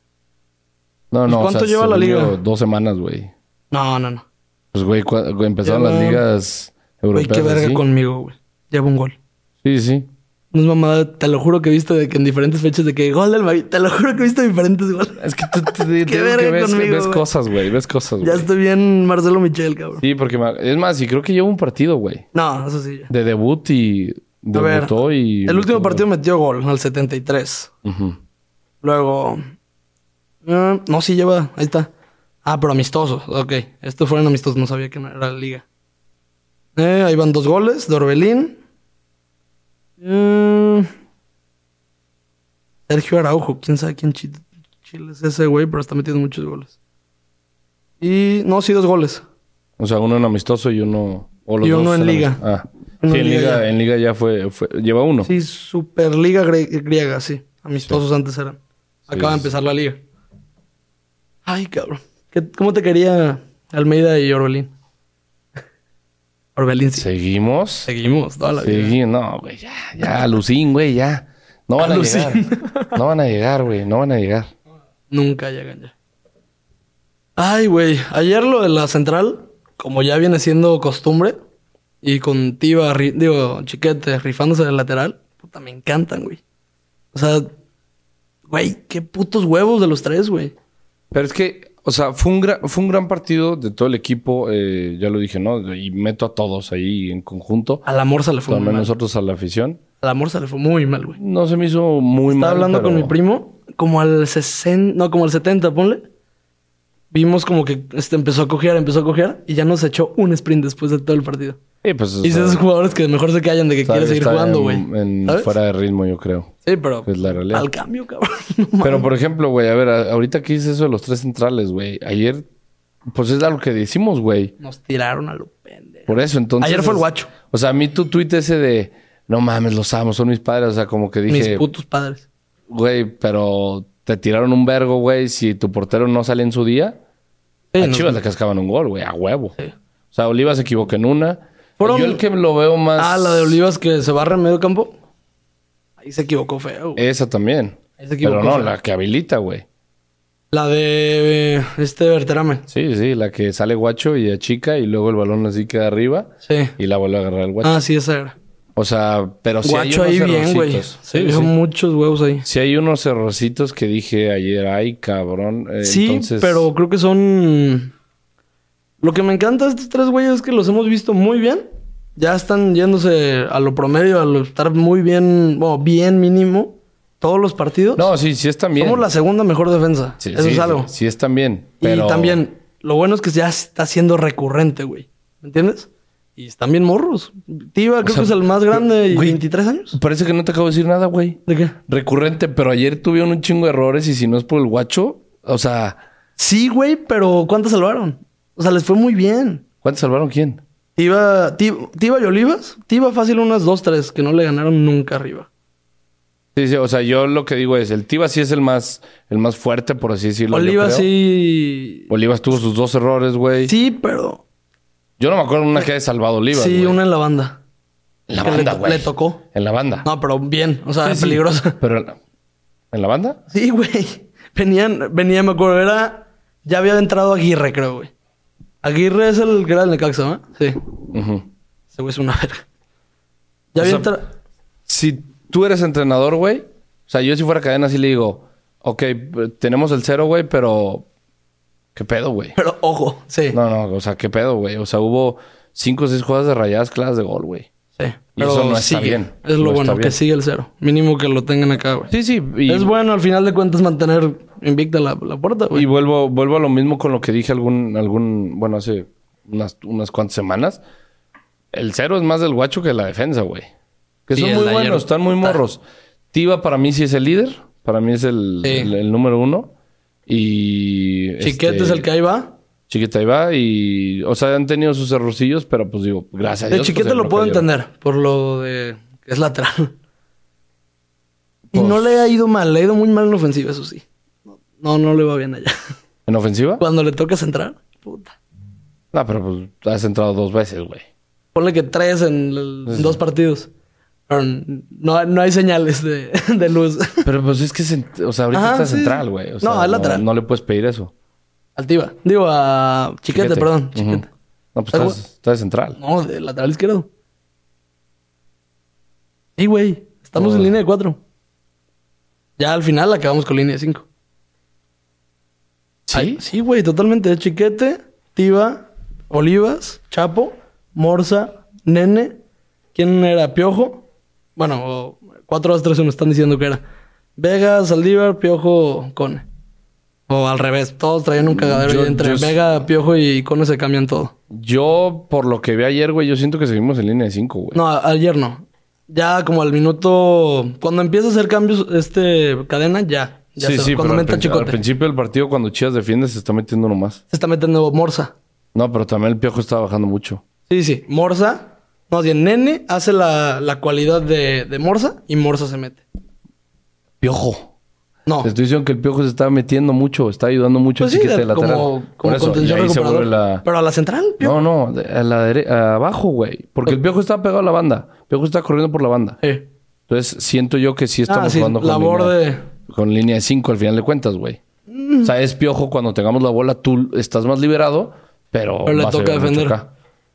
Speaker 1: No,
Speaker 2: ¿Y
Speaker 1: no. o
Speaker 2: cuánto
Speaker 1: sea,
Speaker 2: lleva la
Speaker 1: según
Speaker 2: liga?
Speaker 1: yo, dos semanas, güey.
Speaker 2: No, no, no.
Speaker 1: Pues, güey, cu- güey, empezaron
Speaker 2: Lleva-
Speaker 1: las ligas
Speaker 2: Güey,
Speaker 1: europeas.
Speaker 2: qué verga
Speaker 1: así.
Speaker 2: conmigo, güey. Lleva un gol.
Speaker 1: Sí, sí.
Speaker 2: No es mamada, te lo juro que he visto de que en diferentes fechas de que gol del Maguito. Te lo juro que he visto diferentes goles.
Speaker 1: Es que tú te- [laughs] te digo que
Speaker 2: verga
Speaker 1: ves,
Speaker 2: conmigo,
Speaker 1: ves
Speaker 2: güey.
Speaker 1: cosas, güey. Ves cosas,
Speaker 2: Ya
Speaker 1: güey.
Speaker 2: estoy bien Marcelo Michel, cabrón.
Speaker 1: Sí, porque ma- es más, y creo que lleva un partido, güey.
Speaker 2: No, eso sí. ya.
Speaker 1: De debut y
Speaker 2: A ver,
Speaker 1: debutó y.
Speaker 2: El último partido metió gol al 73.
Speaker 1: Ujú.
Speaker 2: Luego. eh, no, sí lleva. Ahí está. Ah, pero amistosos. Ok. Estos fueron amistosos. No sabía que no era la liga. Eh, ahí van dos goles de Orbelín. Eh, Sergio Araujo. Quién sabe quién chi- chile es ese güey, pero está metiendo muchos goles. Y. No, sí, dos goles.
Speaker 1: O sea, uno en amistoso y uno. O los
Speaker 2: Y
Speaker 1: dos
Speaker 2: uno en
Speaker 1: amistoso.
Speaker 2: liga.
Speaker 1: Ah.
Speaker 2: Uno
Speaker 1: sí,
Speaker 2: en
Speaker 1: en
Speaker 2: liga
Speaker 1: liga,
Speaker 2: ya.
Speaker 1: en liga ya fue, fue- Lleva uno.
Speaker 2: Sí, Superliga gre- griega, sí. Amistosos antes eran. Acaba de
Speaker 1: sí,
Speaker 2: empezar la liga. Ay, cabrón. ¿Qué- ¿Cómo te quería Almeida y Orbelín? [laughs] Orbelín, sí.
Speaker 1: Seguimos.
Speaker 2: Seguimos toda la vida.
Speaker 1: Sí, no, güey, ya, ya, Lucín, güey, ya. No van a,
Speaker 2: Alucín.
Speaker 1: llegar. No van a llegar, güey, no van a llegar.
Speaker 2: Nunca llegan ya. Ay, güey. Ayer lo de la central, como ya viene siendo costumbre, y con Tiva, ri- digo, Chiquete, rifándose del lateral, puta, me encantan, güey. O sea, güey, qué putos huevos de los tres, güey.
Speaker 1: Pero es que, o sea, fue un gran, fue un gran partido de todo el equipo, eh, ya lo dije, ¿no? Y meto a todos ahí en conjunto,
Speaker 2: A la Morsa le Ah, fue muy
Speaker 1: también
Speaker 2: mal.
Speaker 1: nosotros a la afición.
Speaker 2: A la Morsa le fue muy mal, güey.
Speaker 1: No se me hizo muy mal.
Speaker 2: Estaba hablando
Speaker 1: pero-
Speaker 2: con mi primo, como al 60, no, como al 70, ponle. Vimos como que este, empezó a cojear, empezó a cojear y ya nos echó un sprint después de todo el partido.
Speaker 1: Eh, pues, o
Speaker 2: Y es de
Speaker 1: sea,
Speaker 2: esos jugadores que mejor se callan de que
Speaker 1: está-
Speaker 2: quiere seguir
Speaker 1: está
Speaker 2: jugando,
Speaker 1: en-
Speaker 2: güey.
Speaker 1: en
Speaker 2: ¿Sabes?
Speaker 1: Fuera de ritmo, yo creo.
Speaker 2: Sí, pero
Speaker 1: Es la realidad.
Speaker 2: al cambio, cabrón. [laughs] No mames.
Speaker 1: Pero, por ejemplo, güey, a ver, a- ahorita que hice eso de los tres centrales, güey. Ayer, pues es algo que decimos, güey.
Speaker 2: Nos tiraron a lo pendejo.
Speaker 1: Por eso, entonces.
Speaker 2: Ayer fue el guacho.
Speaker 1: O sea, a mí tu tweet ese de no mames, los amo, son mis padres. O sea, como que
Speaker 2: Mis
Speaker 1: dije,
Speaker 2: putos padres.
Speaker 1: güey, pero te tiraron un vergo, güey. Si tu portero no sale en su día,
Speaker 2: Sí,
Speaker 1: a
Speaker 2: nos-
Speaker 1: Chivas le cascaban un gol, güey, a huevo.
Speaker 2: Sí.
Speaker 1: O sea, Olivas se equivocó en una.
Speaker 2: Fueron-
Speaker 1: Yo el que lo veo más.
Speaker 2: Ah, la de Olivas que se barra en medio campo. Ahí se equivocó feo, güey.
Speaker 1: Esa también.
Speaker 2: Ahí se equivocó,
Speaker 1: Eh, pero no,
Speaker 2: sí.
Speaker 1: la que habilita, güey.
Speaker 2: La de eh, este Berterame.
Speaker 1: Sí, sí, la que sale guacho y achica y luego el balón así queda arriba
Speaker 2: Sí.
Speaker 1: y la vuelve a agarrar el guacho.
Speaker 2: Ah, sí, esa era.
Speaker 1: O sea, pero sí
Speaker 2: Guacho
Speaker 1: hay
Speaker 2: ahí
Speaker 1: unos
Speaker 2: bien, güey.
Speaker 1: errorcitos.
Speaker 2: Sí, dejó muchos huevos ahí.
Speaker 1: Si hay unos errorcitos que dije ayer, ay, cabrón. eh,
Speaker 2: sí,
Speaker 1: entonces-
Speaker 2: pero creo que son. Lo que me encanta de estos tres güeyes es que los hemos visto muy bien. Ya están yéndose a lo promedio, a lo estar muy bien, bueno, bien mínimo, todos los partidos.
Speaker 1: No, sí, sí están bien.
Speaker 2: Somos la segunda mejor defensa.
Speaker 1: Sí,
Speaker 2: Eso
Speaker 1: sí,
Speaker 2: es algo.
Speaker 1: Sí, están bien.
Speaker 2: Y también, lo bueno es que ya está siendo recurrente, güey. ¿Me entiendes? Y están bien morros. Tiva, creo
Speaker 1: sea,
Speaker 2: que es el más grande y
Speaker 1: güey.
Speaker 2: 23 años.
Speaker 1: Parece que no te acabo de decir nada, güey.
Speaker 2: ¿De qué?
Speaker 1: Recurrente, pero ayer tuvieron un chingo de errores y si no es por el guacho, o sea,
Speaker 2: Sí, güey, pero ¿cuántas salvaron? O sea, les fue muy bien.
Speaker 1: ¿cuántos salvaron quién?
Speaker 2: Tiba, Ti- Tiba y Olivas, Tiba fácil unas 2-3 que no le ganaron nunca arriba.
Speaker 1: Sí, sí, o sea, yo lo que digo es, el Tiva sí es el más, el más fuerte, por así decirlo. yo
Speaker 2: Olivas
Speaker 1: creo.
Speaker 2: sí.
Speaker 1: Olivas tuvo sus dos errores, güey.
Speaker 2: Sí, pero.
Speaker 1: Yo no me acuerdo una que haya salvado Olivas.
Speaker 2: sí,
Speaker 1: güey.
Speaker 2: una en la banda.
Speaker 1: En la
Speaker 2: que le
Speaker 1: banda,
Speaker 2: to-
Speaker 1: güey.
Speaker 2: le tocó.
Speaker 1: En la banda.
Speaker 2: No, pero bien, o sea,
Speaker 1: Sí, sí.
Speaker 2: peligrosa.
Speaker 1: Pero, en la- ¿en la banda?
Speaker 2: Sí, güey. Venían, venía, me acuerdo, era. Ya había entrado Aguirre, creo, güey. Aguirre es el que era el Necaxa, ¿no? Sí.
Speaker 1: Ujú.
Speaker 2: Ese güey es una verga.
Speaker 1: O
Speaker 2: Ya había
Speaker 1: sea,
Speaker 2: entrado.
Speaker 1: si tú eres entrenador, güey, o sea, yo si fuera cadena sí le digo, ok, p- tenemos el cero, güey, pero ¿qué pedo, güey?
Speaker 2: Pero ojo, sí.
Speaker 1: No, no, o sea, ¿qué pedo, güey? O sea, hubo cinco o seis jugadas de rayadas claras de gol, güey.
Speaker 2: Sí.
Speaker 1: Y eso no está
Speaker 2: sigue.
Speaker 1: bien.
Speaker 2: Es lo
Speaker 1: No está
Speaker 2: bueno, que
Speaker 1: bien.
Speaker 2: sigue el cero. Mínimo que lo tengan acá, güey.
Speaker 1: Sí, sí, y,
Speaker 2: Es bueno al final de cuentas mantener invicta la, la puerta,
Speaker 1: y
Speaker 2: güey.
Speaker 1: vuelvo, vuelvo a lo mismo con lo que dije algún, algún, bueno, hace unas, unas cuantas semanas. El cero es más del guacho que la defensa, güey. Que
Speaker 2: Sí,
Speaker 1: son
Speaker 2: el
Speaker 1: muy
Speaker 2: de ayer
Speaker 1: buenos, están muy
Speaker 2: está-
Speaker 1: morros. Tiva para mí sí es el líder, para mí es el,
Speaker 2: Sí.
Speaker 1: el- el número uno. Y.
Speaker 2: Chiquete es el que ahí va.
Speaker 1: Chiquete ahí va y. O sea, han tenido sus errorcillos, pero pues digo, gracias a
Speaker 2: De
Speaker 1: Dios. pues,
Speaker 2: chiquete
Speaker 1: se
Speaker 2: lo puedo
Speaker 1: cayeron.
Speaker 2: entender, por lo de que es lateral. Y
Speaker 1: Pues-
Speaker 2: no le ha ido mal, le ha ido muy mal en ofensiva, eso sí. No, no le va bien allá. [laughs]
Speaker 1: ¿En ofensiva?
Speaker 2: Cuando le tocas entrar, puta.
Speaker 1: No, pero pues has entrado dos veces, güey.
Speaker 2: Ponle que tres en, el- en dos partidos. Pero no, no hay señales de, [laughs] de luz.
Speaker 1: Pero pues es que, cent- o sea, ahorita
Speaker 2: Ajá,
Speaker 1: está
Speaker 2: sí,
Speaker 1: central,
Speaker 2: sí.
Speaker 1: güey. O
Speaker 2: No,
Speaker 1: sea,
Speaker 2: es lateral.
Speaker 1: No le puedes pedir eso.
Speaker 2: Altiva. Digo, a chiquete, perdón.
Speaker 1: Ujú.
Speaker 2: Chiquete.
Speaker 1: No, pues
Speaker 2: Pero,
Speaker 1: está, está de central.
Speaker 2: No, de lateral izquierdo. Sí, güey. Estamos
Speaker 1: Oh.
Speaker 2: en línea de cuatro. Ya al final acabamos con línea de cinco.
Speaker 1: ¿Sí?
Speaker 2: Ay, sí, güey, totalmente. Es Chiquete, Tiva, Olivas, Chapo, Morsa, Nene. ¿Quién era? Piojo. Bueno, o- cuatro de las tres se me están diciendo que era. Vega, Saldívar, Piojo, Cone. O al revés, todos traían un cagadero
Speaker 1: Mm, Yo-
Speaker 2: y entre
Speaker 1: yo-
Speaker 2: Vega, Piojo y Cone se cambian todo.
Speaker 1: Yo, por lo que vi ayer, güey, yo siento que seguimos en línea de 5, güey.
Speaker 2: No, a- ayer no. Ya como al minuto. Cuando empieza a hacer cambios, este cadena, ya. ya
Speaker 1: sí,
Speaker 2: se-
Speaker 1: sí,
Speaker 2: cuando
Speaker 1: pero al,
Speaker 2: meta
Speaker 1: prin- al
Speaker 2: Chicote.
Speaker 1: principio del partido, cuando Chivas defiende, se está metiendo uno más.
Speaker 2: Se está metiendo Morsa.
Speaker 1: No, pero también el piojo está bajando mucho.
Speaker 2: Sí, sí. Morsa. No, bien, Nene hace la, la cualidad de, de Morsa y Morsa se mete.
Speaker 1: Piojo.
Speaker 2: No.
Speaker 1: Te estoy diciendo que el piojo se está metiendo mucho, está ayudando mucho
Speaker 2: Oh. Pues
Speaker 1: al
Speaker 2: sí,
Speaker 1: chiquete de
Speaker 2: de-
Speaker 1: lateral.
Speaker 2: como,
Speaker 1: Por
Speaker 2: como
Speaker 1: eso, y
Speaker 2: contención
Speaker 1: ahí se
Speaker 2: recuperador.
Speaker 1: vuelve la.
Speaker 2: Pero a la central, Piojo.
Speaker 1: No, no, de- a la dere- abajo, güey. Porque el piojo está pegado a la banda. El piojo está corriendo por la banda.
Speaker 2: Sí.
Speaker 1: Entonces, siento yo que sí estamos
Speaker 2: Ah, sí,
Speaker 1: jugando con
Speaker 2: labor
Speaker 1: línea,
Speaker 2: de- Mm.
Speaker 1: con línea de 5 al final de cuentas, güey. O sea, es piojo cuando tengamos la bola, tú estás más liberado, pero,
Speaker 2: Pero le
Speaker 1: vas a
Speaker 2: toca
Speaker 1: llegar mucho
Speaker 2: defender.
Speaker 1: acá.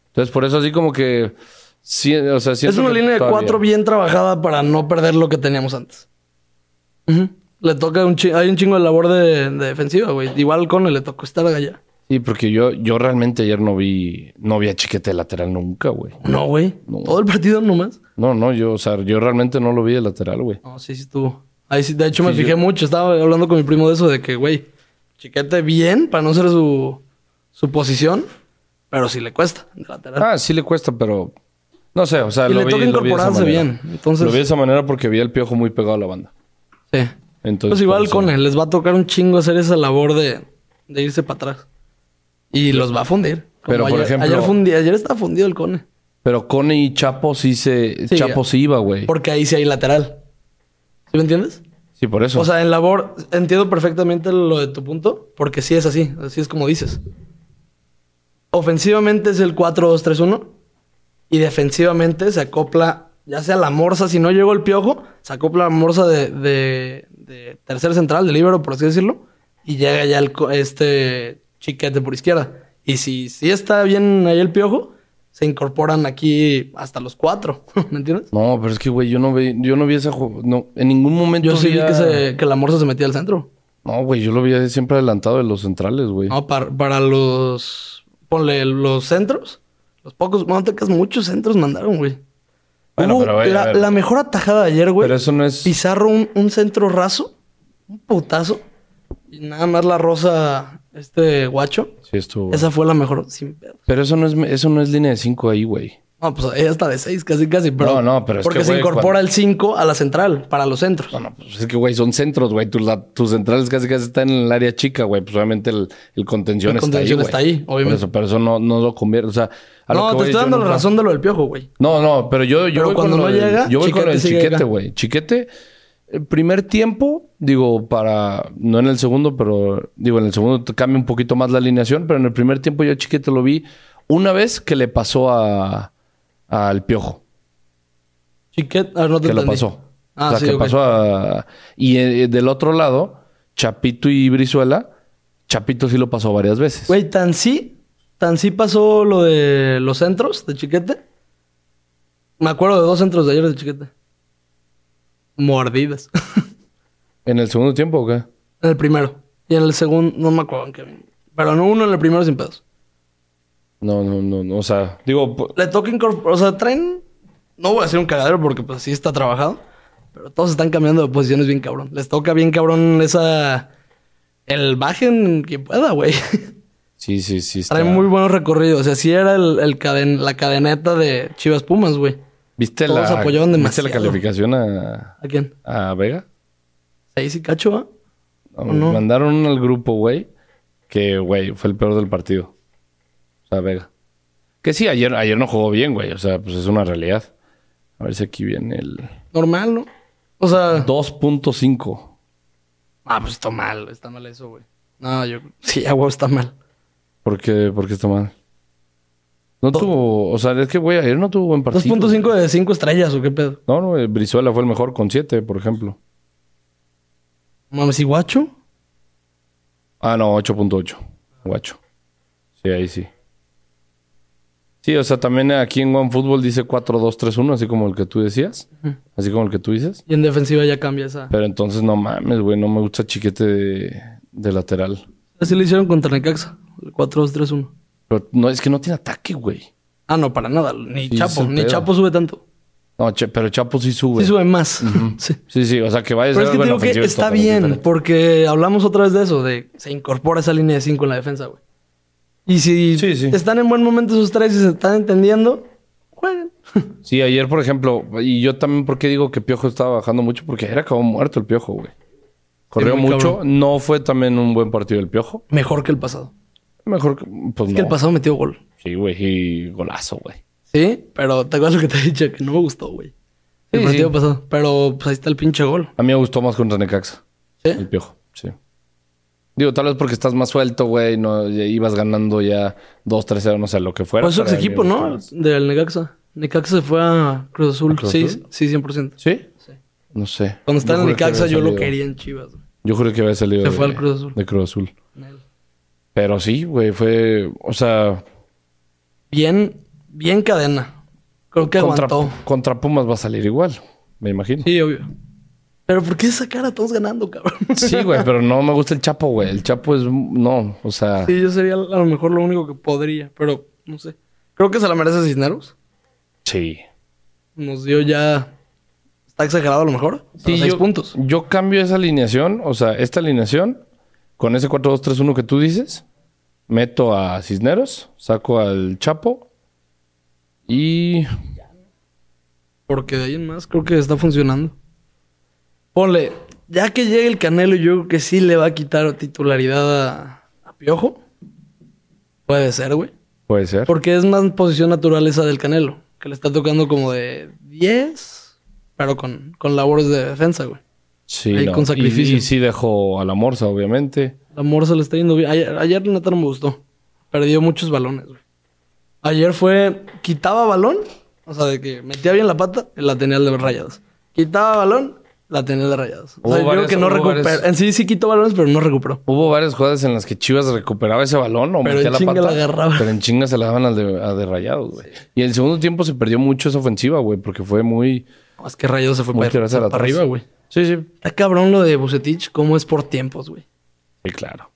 Speaker 1: Entonces, por eso así como que sí, o sea,
Speaker 2: Es
Speaker 1: siento
Speaker 2: una
Speaker 1: que
Speaker 2: línea de
Speaker 1: todavía-
Speaker 2: cuatro bien trabajada para no perder lo que teníamos antes. Ujú. Le toca un chingo, hay un chingo de labor de, de defensiva, güey. Igual con le tocó estar allá.
Speaker 1: Sí, porque yo yo realmente ayer no vi no vi a Chiquete de lateral nunca, güey.
Speaker 2: No, güey.
Speaker 1: No.
Speaker 2: Todo el partido nomás.
Speaker 1: No, no, yo, o sea, yo realmente no lo vi de lateral, güey.
Speaker 2: No, sí, sí estuvo. Ahí sí, de hecho me
Speaker 1: Sí,
Speaker 2: fijé
Speaker 1: yo-
Speaker 2: mucho. Estaba hablando con mi primo de eso, de que, güey, chiquete bien para no ser su, su posición, pero sí le cuesta de lateral.
Speaker 1: Ah, sí le cuesta, pero no sé, o sea,
Speaker 2: Y
Speaker 1: lo
Speaker 2: le
Speaker 1: vi, lo vi
Speaker 2: toca
Speaker 1: de esa
Speaker 2: incorporarse
Speaker 1: manera.
Speaker 2: bien, entonces-
Speaker 1: Lo vi de esa manera porque vi al piojo muy pegado a la banda.
Speaker 2: sí.
Speaker 1: Entonces,
Speaker 2: Pues igual
Speaker 1: por eso-
Speaker 2: con él, les va a tocar un chingo hacer esa labor de, de irse para atrás. Y los va a fundir. Como
Speaker 1: Pero, por
Speaker 2: ayer,
Speaker 1: ejemplo-
Speaker 2: Ayer, fundi- ayer estaba fundido el Cone.
Speaker 1: Pero Cone y Chapo sí se.
Speaker 2: Sí,
Speaker 1: Chapo sí iba, güey.
Speaker 2: Porque ahí sí hay lateral. ¿Sí me entiendes?
Speaker 1: Sí, por eso.
Speaker 2: O sea, en labor entiendo perfectamente lo de tu punto, porque sí es así, así es como dices. Ofensivamente es el 4-2-3-1 y defensivamente se acopla, ya sea la morsa, si no llegó el piojo, se acopla la morsa de, de- de tercer central, de líbero, por así decirlo, y llega ya el co- este chiquete por izquierda. Y si, si está bien ahí el piojo, se incorporan aquí hasta los cuatro, [laughs] ¿me entiendes?
Speaker 1: no, pero es que, güey, yo no vi, yo no vi esa ju- no, en ningún momento.
Speaker 2: Yo sí vi
Speaker 1: vi a-
Speaker 2: que, se- que la morsa se metía al centro.
Speaker 1: No, güey, yo lo vi siempre adelantado de los centrales, güey.
Speaker 2: No, para, para los. Ponle los centros. Los pocos. Bueno, te creas, muchos centros mandaron, güey.
Speaker 1: Bueno,
Speaker 2: Hubo
Speaker 1: pero, güey, a
Speaker 2: la,
Speaker 1: ver.
Speaker 2: la mejor atajada de ayer, güey.
Speaker 1: pero eso no es.
Speaker 2: Pizarro, un, un centro raso. Un putazo. Y nada más la rosa, este guacho.
Speaker 1: Sí, estuvo.
Speaker 2: Esa fue la mejor, sin pedo.
Speaker 1: Pero eso no es, eso no es línea de 5 ahí, güey.
Speaker 2: No, pues ella está de seis, casi, casi. Pero,
Speaker 1: No, no, pero es
Speaker 2: Porque
Speaker 1: que,
Speaker 2: se
Speaker 1: güey,
Speaker 2: incorpora
Speaker 1: cuando-
Speaker 2: el 5 a la central, para los centros.
Speaker 1: No, no, pues es que, güey, son centros, güey. Tus, la- tus centrales casi casi están en el área chica, güey. Pues obviamente el, el contención,
Speaker 2: El contención
Speaker 1: está
Speaker 2: está
Speaker 1: ahí. güey.
Speaker 2: ahí, obviamente.
Speaker 1: Por eso, pero eso no, no lo convierte. O sea, a lo
Speaker 2: no,
Speaker 1: que
Speaker 2: te
Speaker 1: voy,
Speaker 2: estoy
Speaker 1: yo
Speaker 2: dando la
Speaker 1: nunca-
Speaker 2: razón de lo del piojo, güey.
Speaker 1: No, no, pero yo, yo
Speaker 2: Pero
Speaker 1: voy
Speaker 2: cuando
Speaker 1: con
Speaker 2: no
Speaker 1: lo del-
Speaker 2: llega,
Speaker 1: yo voy con
Speaker 2: Chiquete
Speaker 1: el
Speaker 2: sigue
Speaker 1: chiquete,
Speaker 2: acá.
Speaker 1: güey. Chiquete, el primer tiempo, digo, para, no en el segundo, pero digo, en el segundo te cambia un poquito más la alineación, pero en el primer tiempo yo a chiquete lo vi una vez que le pasó a al piojo,
Speaker 2: Chiquet, ah, no te
Speaker 1: que lo
Speaker 2: entendí.
Speaker 1: pasó.
Speaker 2: Ah,
Speaker 1: o sea,
Speaker 2: sí,
Speaker 1: que
Speaker 2: ok.
Speaker 1: pasó a. Y eh, del otro lado, Chapito y Brizuela, Chapito sí lo pasó varias veces.
Speaker 2: Güey, tan sí, tan sí pasó lo de los centros de Chiquete. Me acuerdo de dos centros de ayer de Chiquete. Mordidas. [laughs]
Speaker 1: ¿En el segundo tiempo o qué?
Speaker 2: en el primero. Y en el segundo, no me acuerdo en qué. Pero no uno en el primero sin pedos.
Speaker 1: No, no, no, no. O sea, digo, po-
Speaker 2: Le toca incorporar, o sea, traen... No voy a hacer un cagadero porque pues sí está trabajado. Pero todos están cambiando de posiciones bien cabrón. Les toca bien cabrón esa... El bajen que pueda, güey. [laughs]
Speaker 1: sí, sí, sí. Está.
Speaker 2: Traen muy buenos recorridos. O sea, sí era el, el caden- la cadeneta de Chivas Pumas, güey.
Speaker 1: ¿Viste
Speaker 2: Todos
Speaker 1: la,
Speaker 2: apoyaron
Speaker 1: ¿Viste
Speaker 2: demasiado.
Speaker 1: la calificación a,
Speaker 2: ¿A quién?
Speaker 1: a Vega?
Speaker 2: Seis y cacho, ¿va?
Speaker 1: Nos Mandaron al grupo, güey, que, güey, fue el peor del partido. O sea, Vega. Que sí, ayer, ayer no jugó bien, güey. O sea, pues es una realidad. A ver si aquí viene el
Speaker 2: Normal, ¿no? O sea.
Speaker 1: 2.5.
Speaker 2: Ah, pues está mal, está mal eso, güey. No, yo. Sí, a huevo está mal.
Speaker 1: ¿Por qué, por qué está mal? No tuvo... O sea, es que, güey, ayer no tuvo buen partido.
Speaker 2: 2.5 de 5 estrellas, ¿o qué pedo?
Speaker 1: No, no, eh, Brizuela fue el mejor con 7, por ejemplo.
Speaker 2: Mames, ¿y guacho?
Speaker 1: Ah, no, 8.8. Guacho. Sí, ahí sí. Sí, o sea, también aquí en OneFootball dice 4-2-3-1, así como el que tú decías. Así como el que tú dices.
Speaker 2: Y en defensiva ya cambia esa.
Speaker 1: Pero entonces, no mames, güey, no me gusta chiquete de, de lateral.
Speaker 2: Así lo hicieron contra Necaxa. El 4-2-3-1.
Speaker 1: Pero no, es que no tiene ataque, güey.
Speaker 2: Ah, no, para nada. Ni
Speaker 1: Sí, es
Speaker 2: Chapo.
Speaker 1: el
Speaker 2: Ni
Speaker 1: pedo.
Speaker 2: Chapo sube tanto.
Speaker 1: No, che- pero Chapo sí sube.
Speaker 2: Sí sube más. [laughs] Sí.
Speaker 1: Sí, sí, o sea, que vaya a
Speaker 2: Pero es
Speaker 1: ser algo
Speaker 2: que te
Speaker 1: en
Speaker 2: digo que
Speaker 1: ofensiva es
Speaker 2: está
Speaker 1: totalmente
Speaker 2: bien,
Speaker 1: diferente.
Speaker 2: porque hablamos otra vez de eso, de se incorpora esa línea de 5 en la defensa, güey. Y si
Speaker 1: Sí, sí.
Speaker 2: están en buen momento esos tres y se están entendiendo, jueguen. [laughs]
Speaker 1: Sí, ayer, por ejemplo, y yo también, ¿por qué digo que Piojo estaba bajando mucho? Porque ayer acabó muerto el Piojo, güey. Corrió
Speaker 2: muy
Speaker 1: mucho. No fue también un buen partido el Piojo.
Speaker 2: Mejor que el pasado.
Speaker 1: Mejor que, pues
Speaker 2: Es
Speaker 1: no.
Speaker 2: que el pasado metió gol.
Speaker 1: Sí, güey, y golazo, güey.
Speaker 2: Sí, pero te acuerdas lo que te he dicho, que no me gustó, güey. El
Speaker 1: Sí,
Speaker 2: partido
Speaker 1: sí.
Speaker 2: pasado. Pero pues ahí está el pinche gol.
Speaker 1: A mí me gustó más contra Necaxa.
Speaker 2: ¿Sí?
Speaker 1: El Piojo, sí. Digo, tal vez porque estás más suelto, güey. No, ya ibas ganando ya 2-3-0, no sé, lo que fuera.
Speaker 2: Pues su
Speaker 1: pero a mí me
Speaker 2: equipo,
Speaker 1: gustó
Speaker 2: ¿no?
Speaker 1: más.
Speaker 2: Del Necaxa. Necaxa se fue a Cruz Azul.
Speaker 1: ¿A Cruz
Speaker 2: sí,
Speaker 1: Azul?
Speaker 2: sí, 100%.
Speaker 1: ¿Sí.
Speaker 2: Sí.
Speaker 1: No sé.
Speaker 2: Cuando estaba
Speaker 1: Yo
Speaker 2: en
Speaker 1: juré que
Speaker 2: Necaxa
Speaker 1: había
Speaker 2: yo lo
Speaker 1: salido-
Speaker 2: quería en Chivas, güey.
Speaker 1: Yo juré que había salido
Speaker 2: Se
Speaker 1: de,
Speaker 2: fue al Cruz Azul.
Speaker 1: de Cruz Azul.
Speaker 2: En él.
Speaker 1: Pero sí, güey, fue. O sea,
Speaker 2: Bien, bien cadena. Creo que
Speaker 1: contra,
Speaker 2: aguantó.
Speaker 1: contra Pumas va a salir igual, me imagino.
Speaker 2: Sí, obvio. Pero ¿por qué esa cara? Todos ganando, cabrón.
Speaker 1: Sí, güey, pero no me gusta el Chapo, güey. El Chapo es. un- No, o sea.
Speaker 2: [laughs] Sí, yo sería a lo mejor lo único que podría, pero no sé. Creo que se la merece Cisneros.
Speaker 1: Sí.
Speaker 2: Nos dio ya. Está exagerado a lo mejor. Sí, seis
Speaker 1: yo,
Speaker 2: puntos.
Speaker 1: Yo cambio esa alineación, o sea, esta alineación, con ese 4-2-3-1 que tú dices, meto a Cisneros, saco al Chapo y.
Speaker 2: Porque de ahí en más creo que está funcionando. Ponle, ya que llegue el Canelo, yo creo que sí le va a quitar titularidad a, a Piojo. Puede ser, güey.
Speaker 1: Puede ser.
Speaker 2: Porque es más posición natural esa del Canelo, que le está tocando como de 10, pero con, con labores de defensa, güey.
Speaker 1: Sí,
Speaker 2: ahí
Speaker 1: no.
Speaker 2: con
Speaker 1: Y-
Speaker 2: sacrificio.
Speaker 1: Y, sí dejo a la Morsa, obviamente.
Speaker 2: La Morsa le está yendo bien. Ayer, ayer neta no me gustó. Perdió muchos balones, güey. Ayer fue. Quitaba balón. O sea, de que metía bien la pata, la tenía el de rayadas. Quitaba balón, la tenía el de rayadas. O
Speaker 1: Hubo
Speaker 2: sea, yo creo
Speaker 1: varias-
Speaker 2: que no
Speaker 1: hubo
Speaker 2: recuperó.
Speaker 1: varias-
Speaker 2: En sí sí quitó balones, pero no recuperó.
Speaker 1: Hubo varias jugadas en las que Chivas recuperaba ese balón o
Speaker 2: Pero
Speaker 1: metía
Speaker 2: en
Speaker 1: la
Speaker 2: chinga
Speaker 1: pata.
Speaker 2: la agarraba.
Speaker 1: Pero en chinga se la daban al de, a de rayados, güey. Y el segundo tiempo se perdió mucho esa ofensiva, güey, porque fue muy.
Speaker 2: Más que rayados se fue
Speaker 1: muy
Speaker 2: para,
Speaker 1: tirarse
Speaker 2: para
Speaker 1: al atrás.
Speaker 2: arriba, güey.
Speaker 1: Sí, sí.
Speaker 2: Está cabrón lo de Bucetich, cómo es por tiempos, güey.
Speaker 1: Sí, claro.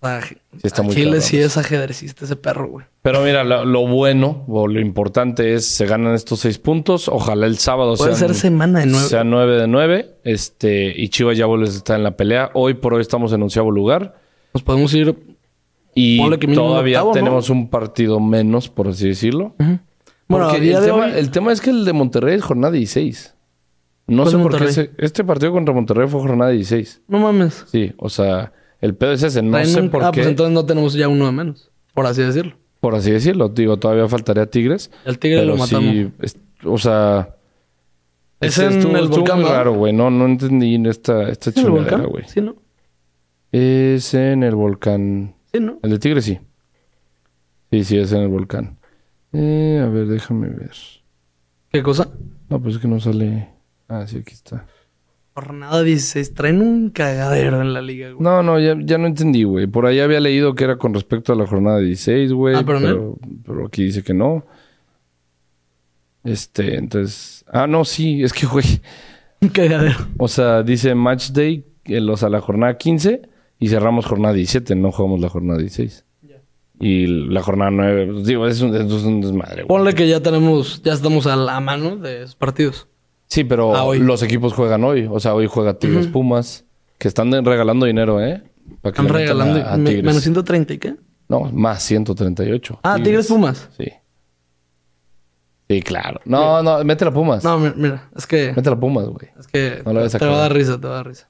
Speaker 2: O sea,
Speaker 1: está
Speaker 2: Ah, a
Speaker 1: muy
Speaker 2: Chile
Speaker 1: cabrón
Speaker 2: sí es ajedrecista ese perro, güey.
Speaker 1: Pero mira, lo, lo bueno o lo importante es se ganan estos seis puntos. Ojalá el sábado
Speaker 2: Puede
Speaker 1: sean-
Speaker 2: ser semana de nuevo.
Speaker 1: sea 9 de 9. Este, y Chivas ya vuelve a estar en la pelea. Hoy por hoy estamos en onceavo lugar.
Speaker 2: Nos podemos ir.
Speaker 1: Y
Speaker 2: Ponle que mínimo
Speaker 1: todavía
Speaker 2: octavo, ¿no?
Speaker 1: tenemos un partido menos, por así decirlo.
Speaker 2: Bueno,
Speaker 1: Porque
Speaker 2: a día
Speaker 1: el,
Speaker 2: de
Speaker 1: tema,
Speaker 2: hoy-
Speaker 1: el tema es que el de Monterrey es jornada 16. No
Speaker 2: ¿Cuál
Speaker 1: sé por qué
Speaker 2: Monterrey?
Speaker 1: ese- este partido contra Monterrey fue jornada 16.
Speaker 2: No mames.
Speaker 1: Sí, o sea, el pedo es ese. No
Speaker 2: Traen
Speaker 1: sé
Speaker 2: un-
Speaker 1: por
Speaker 2: ah,
Speaker 1: qué,
Speaker 2: pues entonces no tenemos ya uno de menos, por así decirlo.
Speaker 1: por así decirlo. Digo, todavía faltaría Tigres.
Speaker 2: El Tigre
Speaker 1: pero
Speaker 2: lo
Speaker 1: sí,
Speaker 2: matamos.
Speaker 1: es- o sea...
Speaker 2: Es
Speaker 1: este
Speaker 2: en el
Speaker 1: estuvo
Speaker 2: volcán,
Speaker 1: muy
Speaker 2: ¿verdad?
Speaker 1: raro, güey. No, no entendí esta, esta
Speaker 2: ¿Sí, el
Speaker 1: chingadera,
Speaker 2: volcán?
Speaker 1: güey.
Speaker 2: Sí, ¿no?
Speaker 1: Es en el volcán.
Speaker 2: Sí, ¿no?
Speaker 1: El de Tigre sí. Sí, sí, es en el volcán. Eh, a ver, déjame ver.
Speaker 2: ¿Qué cosa?
Speaker 1: No, pues es que no sale. Ah, sí, aquí está.
Speaker 2: Jornada 16. Traen un cagadero en la liga, güey.
Speaker 1: No, no, ya, ya no entendí, güey. Por ahí había leído que era con respecto a la jornada 16, güey.
Speaker 2: Ah, pero no.
Speaker 1: pero, pero aquí dice que no. Este, entonces. Ah, no, sí, es que, güey.
Speaker 2: Un cagadero.
Speaker 1: O sea, dice match day, el- o sea, la jornada 15 y cerramos jornada 17, no jugamos la jornada 16. Y la jornada 9, pues, digo, es un, es un desmadre. güey.
Speaker 2: Ponle que ya tenemos, ya estamos a la mano de esos partidos.
Speaker 1: Sí, pero
Speaker 2: Ah, hoy.
Speaker 1: los equipos juegan hoy. O sea, hoy juega Tigres Pumas, que están de- regalando dinero, ¿eh? Para que
Speaker 2: Están
Speaker 1: le metan
Speaker 2: regalando
Speaker 1: a- a
Speaker 2: me-
Speaker 1: Tigres.
Speaker 2: menos 130 y qué?
Speaker 1: No, más 138.
Speaker 2: Ah, Tigres Pumas.
Speaker 1: Sí. Sí, claro. No, no, métela a Pumas.
Speaker 2: No, mi- mira, es que
Speaker 1: Métela a Pumas, güey.
Speaker 2: es que
Speaker 1: No la vayas a
Speaker 2: te va a
Speaker 1: cagar.
Speaker 2: dar risa, te va a dar risa.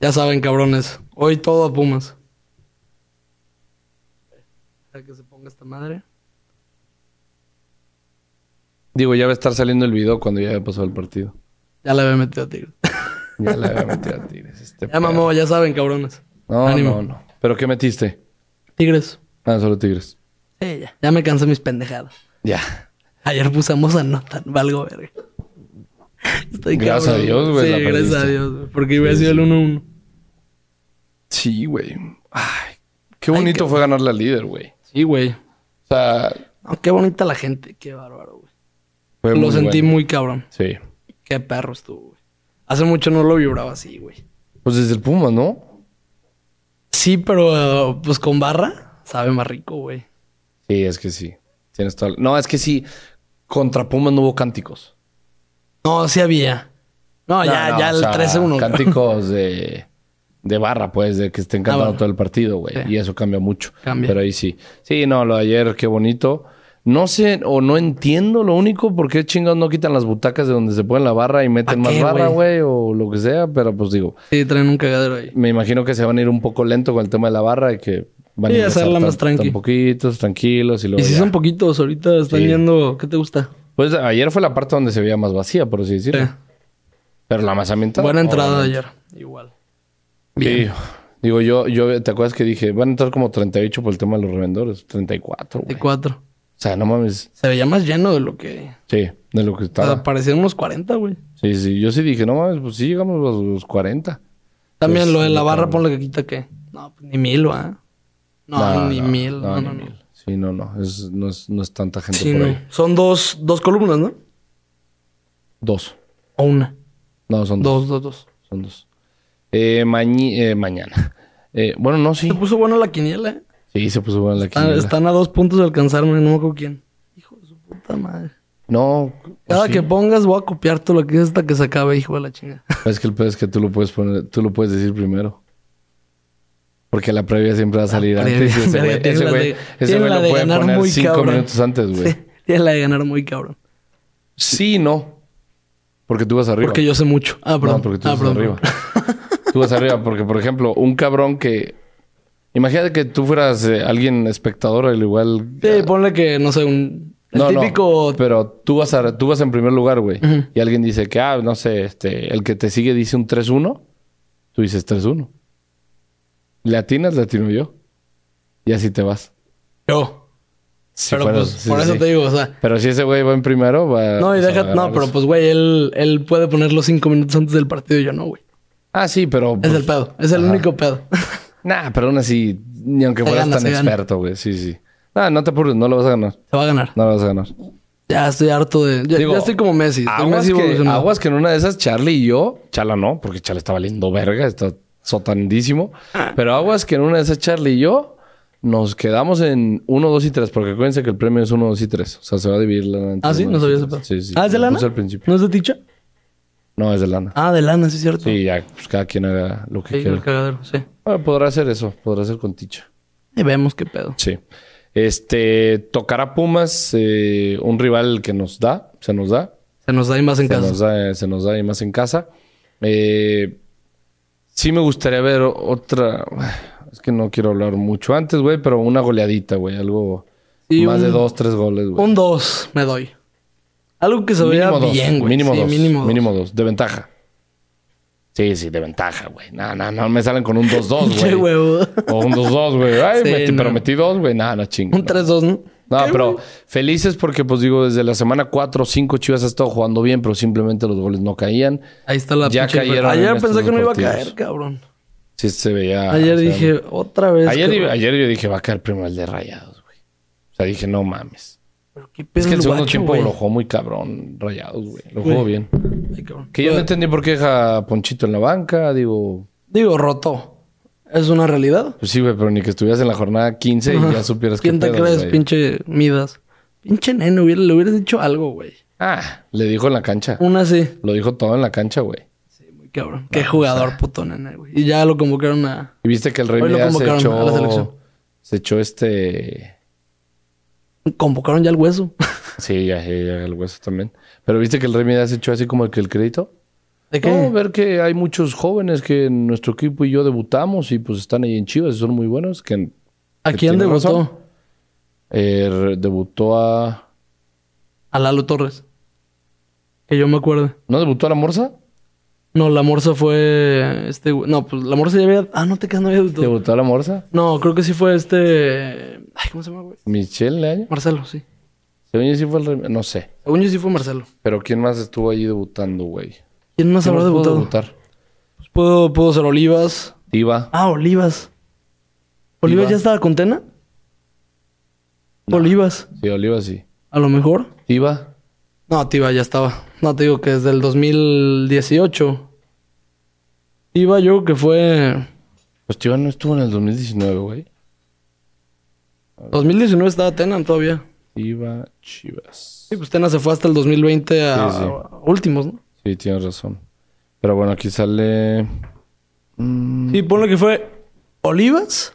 Speaker 2: Ya saben, cabrones. Hoy todo a Pumas. Para que se ponga esta madre.
Speaker 1: Digo, ya va a estar saliendo el video cuando ya haya pasado el partido.
Speaker 2: Ya le había metido a Tigres.
Speaker 1: Ya le había metido a Tigres. Este
Speaker 2: [laughs] ya
Speaker 1: pedo.
Speaker 2: mamó, ya saben, cabrones.
Speaker 1: No,
Speaker 2: Ánimo.
Speaker 1: no, no. ¿Pero qué metiste?
Speaker 2: Tigres.
Speaker 1: Ah, solo Tigres.
Speaker 2: Sí, ya. Ya me cansé mis pendejadas.
Speaker 1: Ya.
Speaker 2: Ayer pusamos a notan, valgo verga. Estoy
Speaker 1: Gracias
Speaker 2: cabrón.
Speaker 1: a Dios, güey,
Speaker 2: Sí,
Speaker 1: la
Speaker 2: gracias a
Speaker 1: perdiste.
Speaker 2: Dios. güey, Porque hubiera sido el 1-1.
Speaker 1: Sí, güey. Ay, qué
Speaker 2: Ay,
Speaker 1: bonito
Speaker 2: qué-
Speaker 1: fue ganar la líder, güey.
Speaker 2: Sí, güey.
Speaker 1: O sea,
Speaker 2: No, qué bonita la gente. Qué bárbaro, güey.
Speaker 1: fue
Speaker 2: Lo
Speaker 1: muy
Speaker 2: sentí
Speaker 1: bueno.
Speaker 2: muy cabrón.
Speaker 1: Sí.
Speaker 2: Qué perro estuvo, güey. Hace mucho no lo vibraba así, güey.
Speaker 1: Pues desde el Puma, ¿no?
Speaker 2: Sí, pero eh, pues con barra sabe más rico, güey.
Speaker 1: Sí, es que sí. Tienes toda la- No, es que sí. Contra Pumas no hubo cánticos.
Speaker 2: No, sí había. No, ya,
Speaker 1: no,
Speaker 2: ya
Speaker 1: o sea,
Speaker 2: el 13-1.
Speaker 1: Cánticos de, de barra, pues, de que estén cantando
Speaker 2: Ah, bueno.
Speaker 1: todo el partido, güey.
Speaker 2: Sí.
Speaker 1: Y eso cambia mucho.
Speaker 2: Cambia.
Speaker 1: Pero ahí sí. Sí, no, lo de ayer, qué bonito. No sé, o no entiendo lo único, por qué chingados no quitan las butacas de donde se ponen la barra y meten más
Speaker 2: qué,
Speaker 1: barra, güey, o lo que sea, pero pues digo,
Speaker 2: [laughs] Sí, traen un cagadero ahí.
Speaker 1: me imagino que se van a ir un poco lento con el tema de la barra y que van
Speaker 2: Sí,
Speaker 1: a
Speaker 2: hacerla
Speaker 1: ingresar
Speaker 2: más tranqui.
Speaker 1: tan poquitos, tranquilos y luego
Speaker 2: Y si
Speaker 1: ya.
Speaker 2: son poquitos, ahorita están
Speaker 1: Sí.
Speaker 2: yendo. ¿Qué te gusta?
Speaker 1: Pues ayer fue la parte donde se veía más vacía, por así decirlo.
Speaker 2: Sí.
Speaker 1: Pero la más ambientada.
Speaker 2: Buena entrada
Speaker 1: obviamente.
Speaker 2: ayer. Igual.
Speaker 1: Sí. Digo, yo, yo, ¿te acuerdas que dije? Van a entrar como 38 por el tema de los revendedores. 34,
Speaker 2: De
Speaker 1: güey. O
Speaker 2: cuatro.
Speaker 1: sea, no mames.
Speaker 2: Se veía más lleno de lo que.
Speaker 1: Sí, de lo que
Speaker 2: O
Speaker 1: estaba.
Speaker 2: sea, parecían unos 40, güey.
Speaker 1: Sí, sí. Yo sí dije, no mames, pues sí llegamos a los, los 40.
Speaker 2: También
Speaker 1: Pues,
Speaker 2: lo de la
Speaker 1: no
Speaker 2: barra,
Speaker 1: creo.
Speaker 2: ponle que quita que. No, pues, ni mil, ¿va? No, ni mil. No, no,
Speaker 1: ni
Speaker 2: no.
Speaker 1: mil. Sí, no, no. Es, no, es, no es tanta gente
Speaker 2: Sí,
Speaker 1: por
Speaker 2: no.
Speaker 1: ahí.
Speaker 2: Son dos, dos columnas, ¿no?
Speaker 1: Dos.
Speaker 2: O una.
Speaker 1: No, son dos.
Speaker 2: Dos, dos, dos.
Speaker 1: Son dos. Eh, mañi- eh, mañana. Eh, bueno, no, sí.
Speaker 2: Se puso buena la quiniela, ¿eh?
Speaker 1: Sí, se puso buena la
Speaker 2: Están,
Speaker 1: quiniela.
Speaker 2: están a dos puntos de alcanzarme, no me acuerdo quién. Hijo de su puta madre.
Speaker 1: No.
Speaker 2: Cada
Speaker 1: Pues sí.
Speaker 2: Ah, que pongas voy a copiar todo lo que es hasta que se acabe, hijo de la chinga.
Speaker 1: Es que el pedo es que tú lo puedes poner, tú lo puedes decir primero. Porque la previa siempre va a salir
Speaker 2: previa,
Speaker 1: antes. y ese
Speaker 2: verga,
Speaker 1: güey,
Speaker 2: tiene
Speaker 1: ese
Speaker 2: [laughs] la
Speaker 1: güey,
Speaker 2: de-
Speaker 1: ese
Speaker 2: tiene
Speaker 1: güey
Speaker 2: la
Speaker 1: lo
Speaker 2: de
Speaker 1: puede
Speaker 2: ganar
Speaker 1: poner
Speaker 2: muy
Speaker 1: cinco
Speaker 2: cabrón.
Speaker 1: minutos antes, güey.
Speaker 2: [laughs] Sí, tiene la de ganar muy cabrón.
Speaker 1: Sí, y no. Porque tú vas arriba.
Speaker 2: Porque yo sé mucho. Ah, perdón.
Speaker 1: No, porque tú
Speaker 2: ah,
Speaker 1: vas
Speaker 2: perdón. [laughs]
Speaker 1: arriba. tú vas arriba, porque, por ejemplo, un cabrón que. Imagínate que tú fueras eh, alguien espectador, al igual.
Speaker 2: Sí, ponle que, no sé, un... El
Speaker 1: No, no,
Speaker 2: típico...
Speaker 1: pero tú vas, a- tú vas en primer lugar, güey.
Speaker 2: Ujú.
Speaker 1: Y alguien dice que, ah, no sé, este, el que te sigue dice un 3-1. Tú dices 3-1. Le atinas, le atino yo. Y así te vas.
Speaker 2: Yo.
Speaker 1: Si
Speaker 2: pero
Speaker 1: fueras-
Speaker 2: pues,
Speaker 1: sí,
Speaker 2: por
Speaker 1: sí,
Speaker 2: eso
Speaker 1: sí.
Speaker 2: te digo, o sea...
Speaker 1: Pero si ese güey va en primero, va.
Speaker 2: No, y
Speaker 1: o sea, va
Speaker 2: deja...
Speaker 1: a
Speaker 2: No,
Speaker 1: ganar
Speaker 2: pero
Speaker 1: eso.
Speaker 2: pues, güey, él, él puede ponerlo cinco minutos antes del partido y yo no, güey.
Speaker 1: Ah, sí, pero.
Speaker 2: Es
Speaker 1: pues,
Speaker 2: el pedo. Es el
Speaker 1: ajá.
Speaker 2: único pedo. [laughs]
Speaker 1: Nah, pero aún así, ni aunque
Speaker 2: Se
Speaker 1: fueras
Speaker 2: gana,
Speaker 1: tan
Speaker 2: se gana.
Speaker 1: experto, güey. Sí, sí. No, no te apures, no lo vas a ganar.
Speaker 2: Se va a ganar.
Speaker 1: No lo vas a ganar.
Speaker 2: Ya estoy harto de... Ya,
Speaker 1: Digo,
Speaker 2: ya estoy como Messi. Estoy
Speaker 1: Aguas
Speaker 2: Messi
Speaker 1: que,
Speaker 2: evolucionado.
Speaker 1: aguas que en una de esas, Charlie y yo, Chala no, porque Charlie está valiendo verga, está sotandísimo. Pero aguas que en una de esas, Charlie y yo, nos quedamos en 1, 2 y 3, porque acuérdense que el premio es 1, 2 y 3. O sea, se va a dividir la lana. entre
Speaker 2: Ah, sí,
Speaker 1: uno,
Speaker 2: no
Speaker 1: dos
Speaker 2: sabía
Speaker 1: y
Speaker 2: ese pedo.
Speaker 1: tres. Sí, sí.
Speaker 2: Ah, ¿es de
Speaker 1: Lo
Speaker 2: lana?
Speaker 1: puse al principio.
Speaker 2: ¿No es de ticha?
Speaker 1: No, es de lana.
Speaker 2: Ah, de lana, sí es cierto.
Speaker 1: Sí, ya, pues cada quien haga lo que
Speaker 2: Sí,
Speaker 1: quiera.
Speaker 2: el cagadero, sí.
Speaker 1: Bueno, podrá hacer eso, podrá hacer con Ticha.
Speaker 2: Y vemos qué pedo.
Speaker 1: Sí. Este, tocará Pumas, eh, un rival que nos da, se nos da.
Speaker 2: Se nos da y más en
Speaker 1: se
Speaker 2: casa.
Speaker 1: nos da, eh, se nos da y más en casa. Eh, sí me gustaría ver o- otra, es que no quiero hablar mucho antes, güey, pero una goleadita, güey, algo
Speaker 2: Sí,
Speaker 1: más de
Speaker 2: un-
Speaker 1: dos, tres goles, güey.
Speaker 2: Un 2 me doy. Algo que se vea
Speaker 1: Mínimo dos,
Speaker 2: bien, güey.
Speaker 1: mínimo
Speaker 2: Sí,
Speaker 1: dos,
Speaker 2: Mínimo dos.
Speaker 1: mínimo dos, de ventaja. Sí, sí, de ventaja, güey. No, no, no me salen con un
Speaker 2: [laughs]
Speaker 1: 2-2,
Speaker 2: Che,
Speaker 1: güey. [laughs]
Speaker 2: huevo.
Speaker 1: O un 2-2, güey. Ay,
Speaker 2: Sí,
Speaker 1: metí- pero
Speaker 2: no.
Speaker 1: metí dos, güey. Nada, no chingo.
Speaker 2: Un 3-2, ¿no?
Speaker 1: No,
Speaker 2: ¿Qué,
Speaker 1: pero
Speaker 2: güey?
Speaker 1: felices porque, pues digo, desde la semana 4 o 5 Chivas ha estado jugando bien, pero simplemente los goles no caían.
Speaker 2: Ahí está la
Speaker 1: Ya
Speaker 2: pinche-
Speaker 1: cayeron en
Speaker 2: Ayer
Speaker 1: estos
Speaker 2: pensé que no iba a
Speaker 1: partidos.
Speaker 2: caer, cabrón.
Speaker 1: Sí se veía.
Speaker 2: ayer
Speaker 1: o sea,
Speaker 2: dije, otra vez.
Speaker 1: Ayer,
Speaker 2: cabrón.
Speaker 1: ayer yo dije, va a caer primero el de Rayados, güey. O sea, dije, no mames.
Speaker 2: Pero qué pedo
Speaker 1: Es que el segundo
Speaker 2: guacho,
Speaker 1: tiempo
Speaker 2: güey.
Speaker 1: lo jugó muy cabrón, Rayados, güey. Lo
Speaker 2: Güey.
Speaker 1: jugó bien.
Speaker 2: Ay, cabrón.
Speaker 1: Que yo no entendí por qué deja a Ponchito en la banca. Digo,
Speaker 2: Digo, roto. Es una realidad.
Speaker 1: pues sí, güey, pero ni que estuvieras en la jornada 15 y ya supieras
Speaker 2: ¿Quién
Speaker 1: qué
Speaker 2: te
Speaker 1: pedo,
Speaker 2: crees,
Speaker 1: güey.
Speaker 2: pinche Midas? Pinche nene, hubiera- le hubieras dicho algo, güey.
Speaker 1: Ah, le dijo en la cancha.
Speaker 2: Una sí.
Speaker 1: Lo dijo todo en la cancha, güey.
Speaker 2: Sí, muy cabrón. Qué jugador puto nene, güey. Y ya lo convocaron a.
Speaker 1: Y viste que el Rey
Speaker 2: Hoy lo
Speaker 1: Midas se
Speaker 2: convocaron a la
Speaker 1: echó.
Speaker 2: selección.
Speaker 1: Se echó este.
Speaker 2: Convocaron ya al hueso.
Speaker 1: Sí, ya, ya, ya, el hueso también. Pero viste que el Rey Midas se echó así como que el crédito.
Speaker 2: [laughs] ¿De qué?
Speaker 1: No, ver que hay muchos jóvenes que en nuestro equipo y yo debutamos y pues están ahí en Chivas y son muy buenos. Que,
Speaker 2: ¿A
Speaker 1: que
Speaker 2: quién
Speaker 1: tiene
Speaker 2: debutó?
Speaker 1: razón. eh, re- debutó a.
Speaker 2: A Lalo Torres. Que yo me acuerdo.
Speaker 1: ¿No debutó a la Morsa?
Speaker 2: No, la Morsa fue este güey. No, pues la Morsa ya había. Ah, no te quedas, no había debutado.
Speaker 1: ¿Debutó a la Morsa?
Speaker 2: No, creo que sí fue este. Ay, ¿cómo se llama, güey?
Speaker 1: ¿Michelle Leaño?
Speaker 2: Marcelo, sí.
Speaker 1: Según yo sí fue el. rem- No sé.
Speaker 2: Según yo sí fue Marcelo.
Speaker 1: Pero ¿quién más estuvo ahí debutando, güey?
Speaker 2: ¿Quién más
Speaker 1: ¿Quién
Speaker 2: habrá
Speaker 1: más pudo
Speaker 2: debutado?
Speaker 1: debutar?
Speaker 2: Pues puedo, puedo ser Olivas.
Speaker 1: Iba.
Speaker 2: Ah, Olivas. ¿Olivas
Speaker 1: Olivas.
Speaker 2: ya estaba con Tena? Olivas.
Speaker 1: Sí, Oliva sí.
Speaker 2: A lo mejor.
Speaker 1: Iba.
Speaker 2: No, Tiba ya estaba. No, te digo que desde el 2018. Tiba yo creo que fue...
Speaker 1: Pues Tiva no estuvo en el 2019, güey.
Speaker 2: 2019 estaba Tena todavía.
Speaker 1: Iba Chivas.
Speaker 2: Sí, pues Tena se fue hasta el 2020 a,
Speaker 1: Sí, sí.
Speaker 2: a últimos, ¿no?
Speaker 1: Sí, tienes razón. Pero bueno, aquí sale. Mm,
Speaker 2: Sí, ponle que fue Olivas,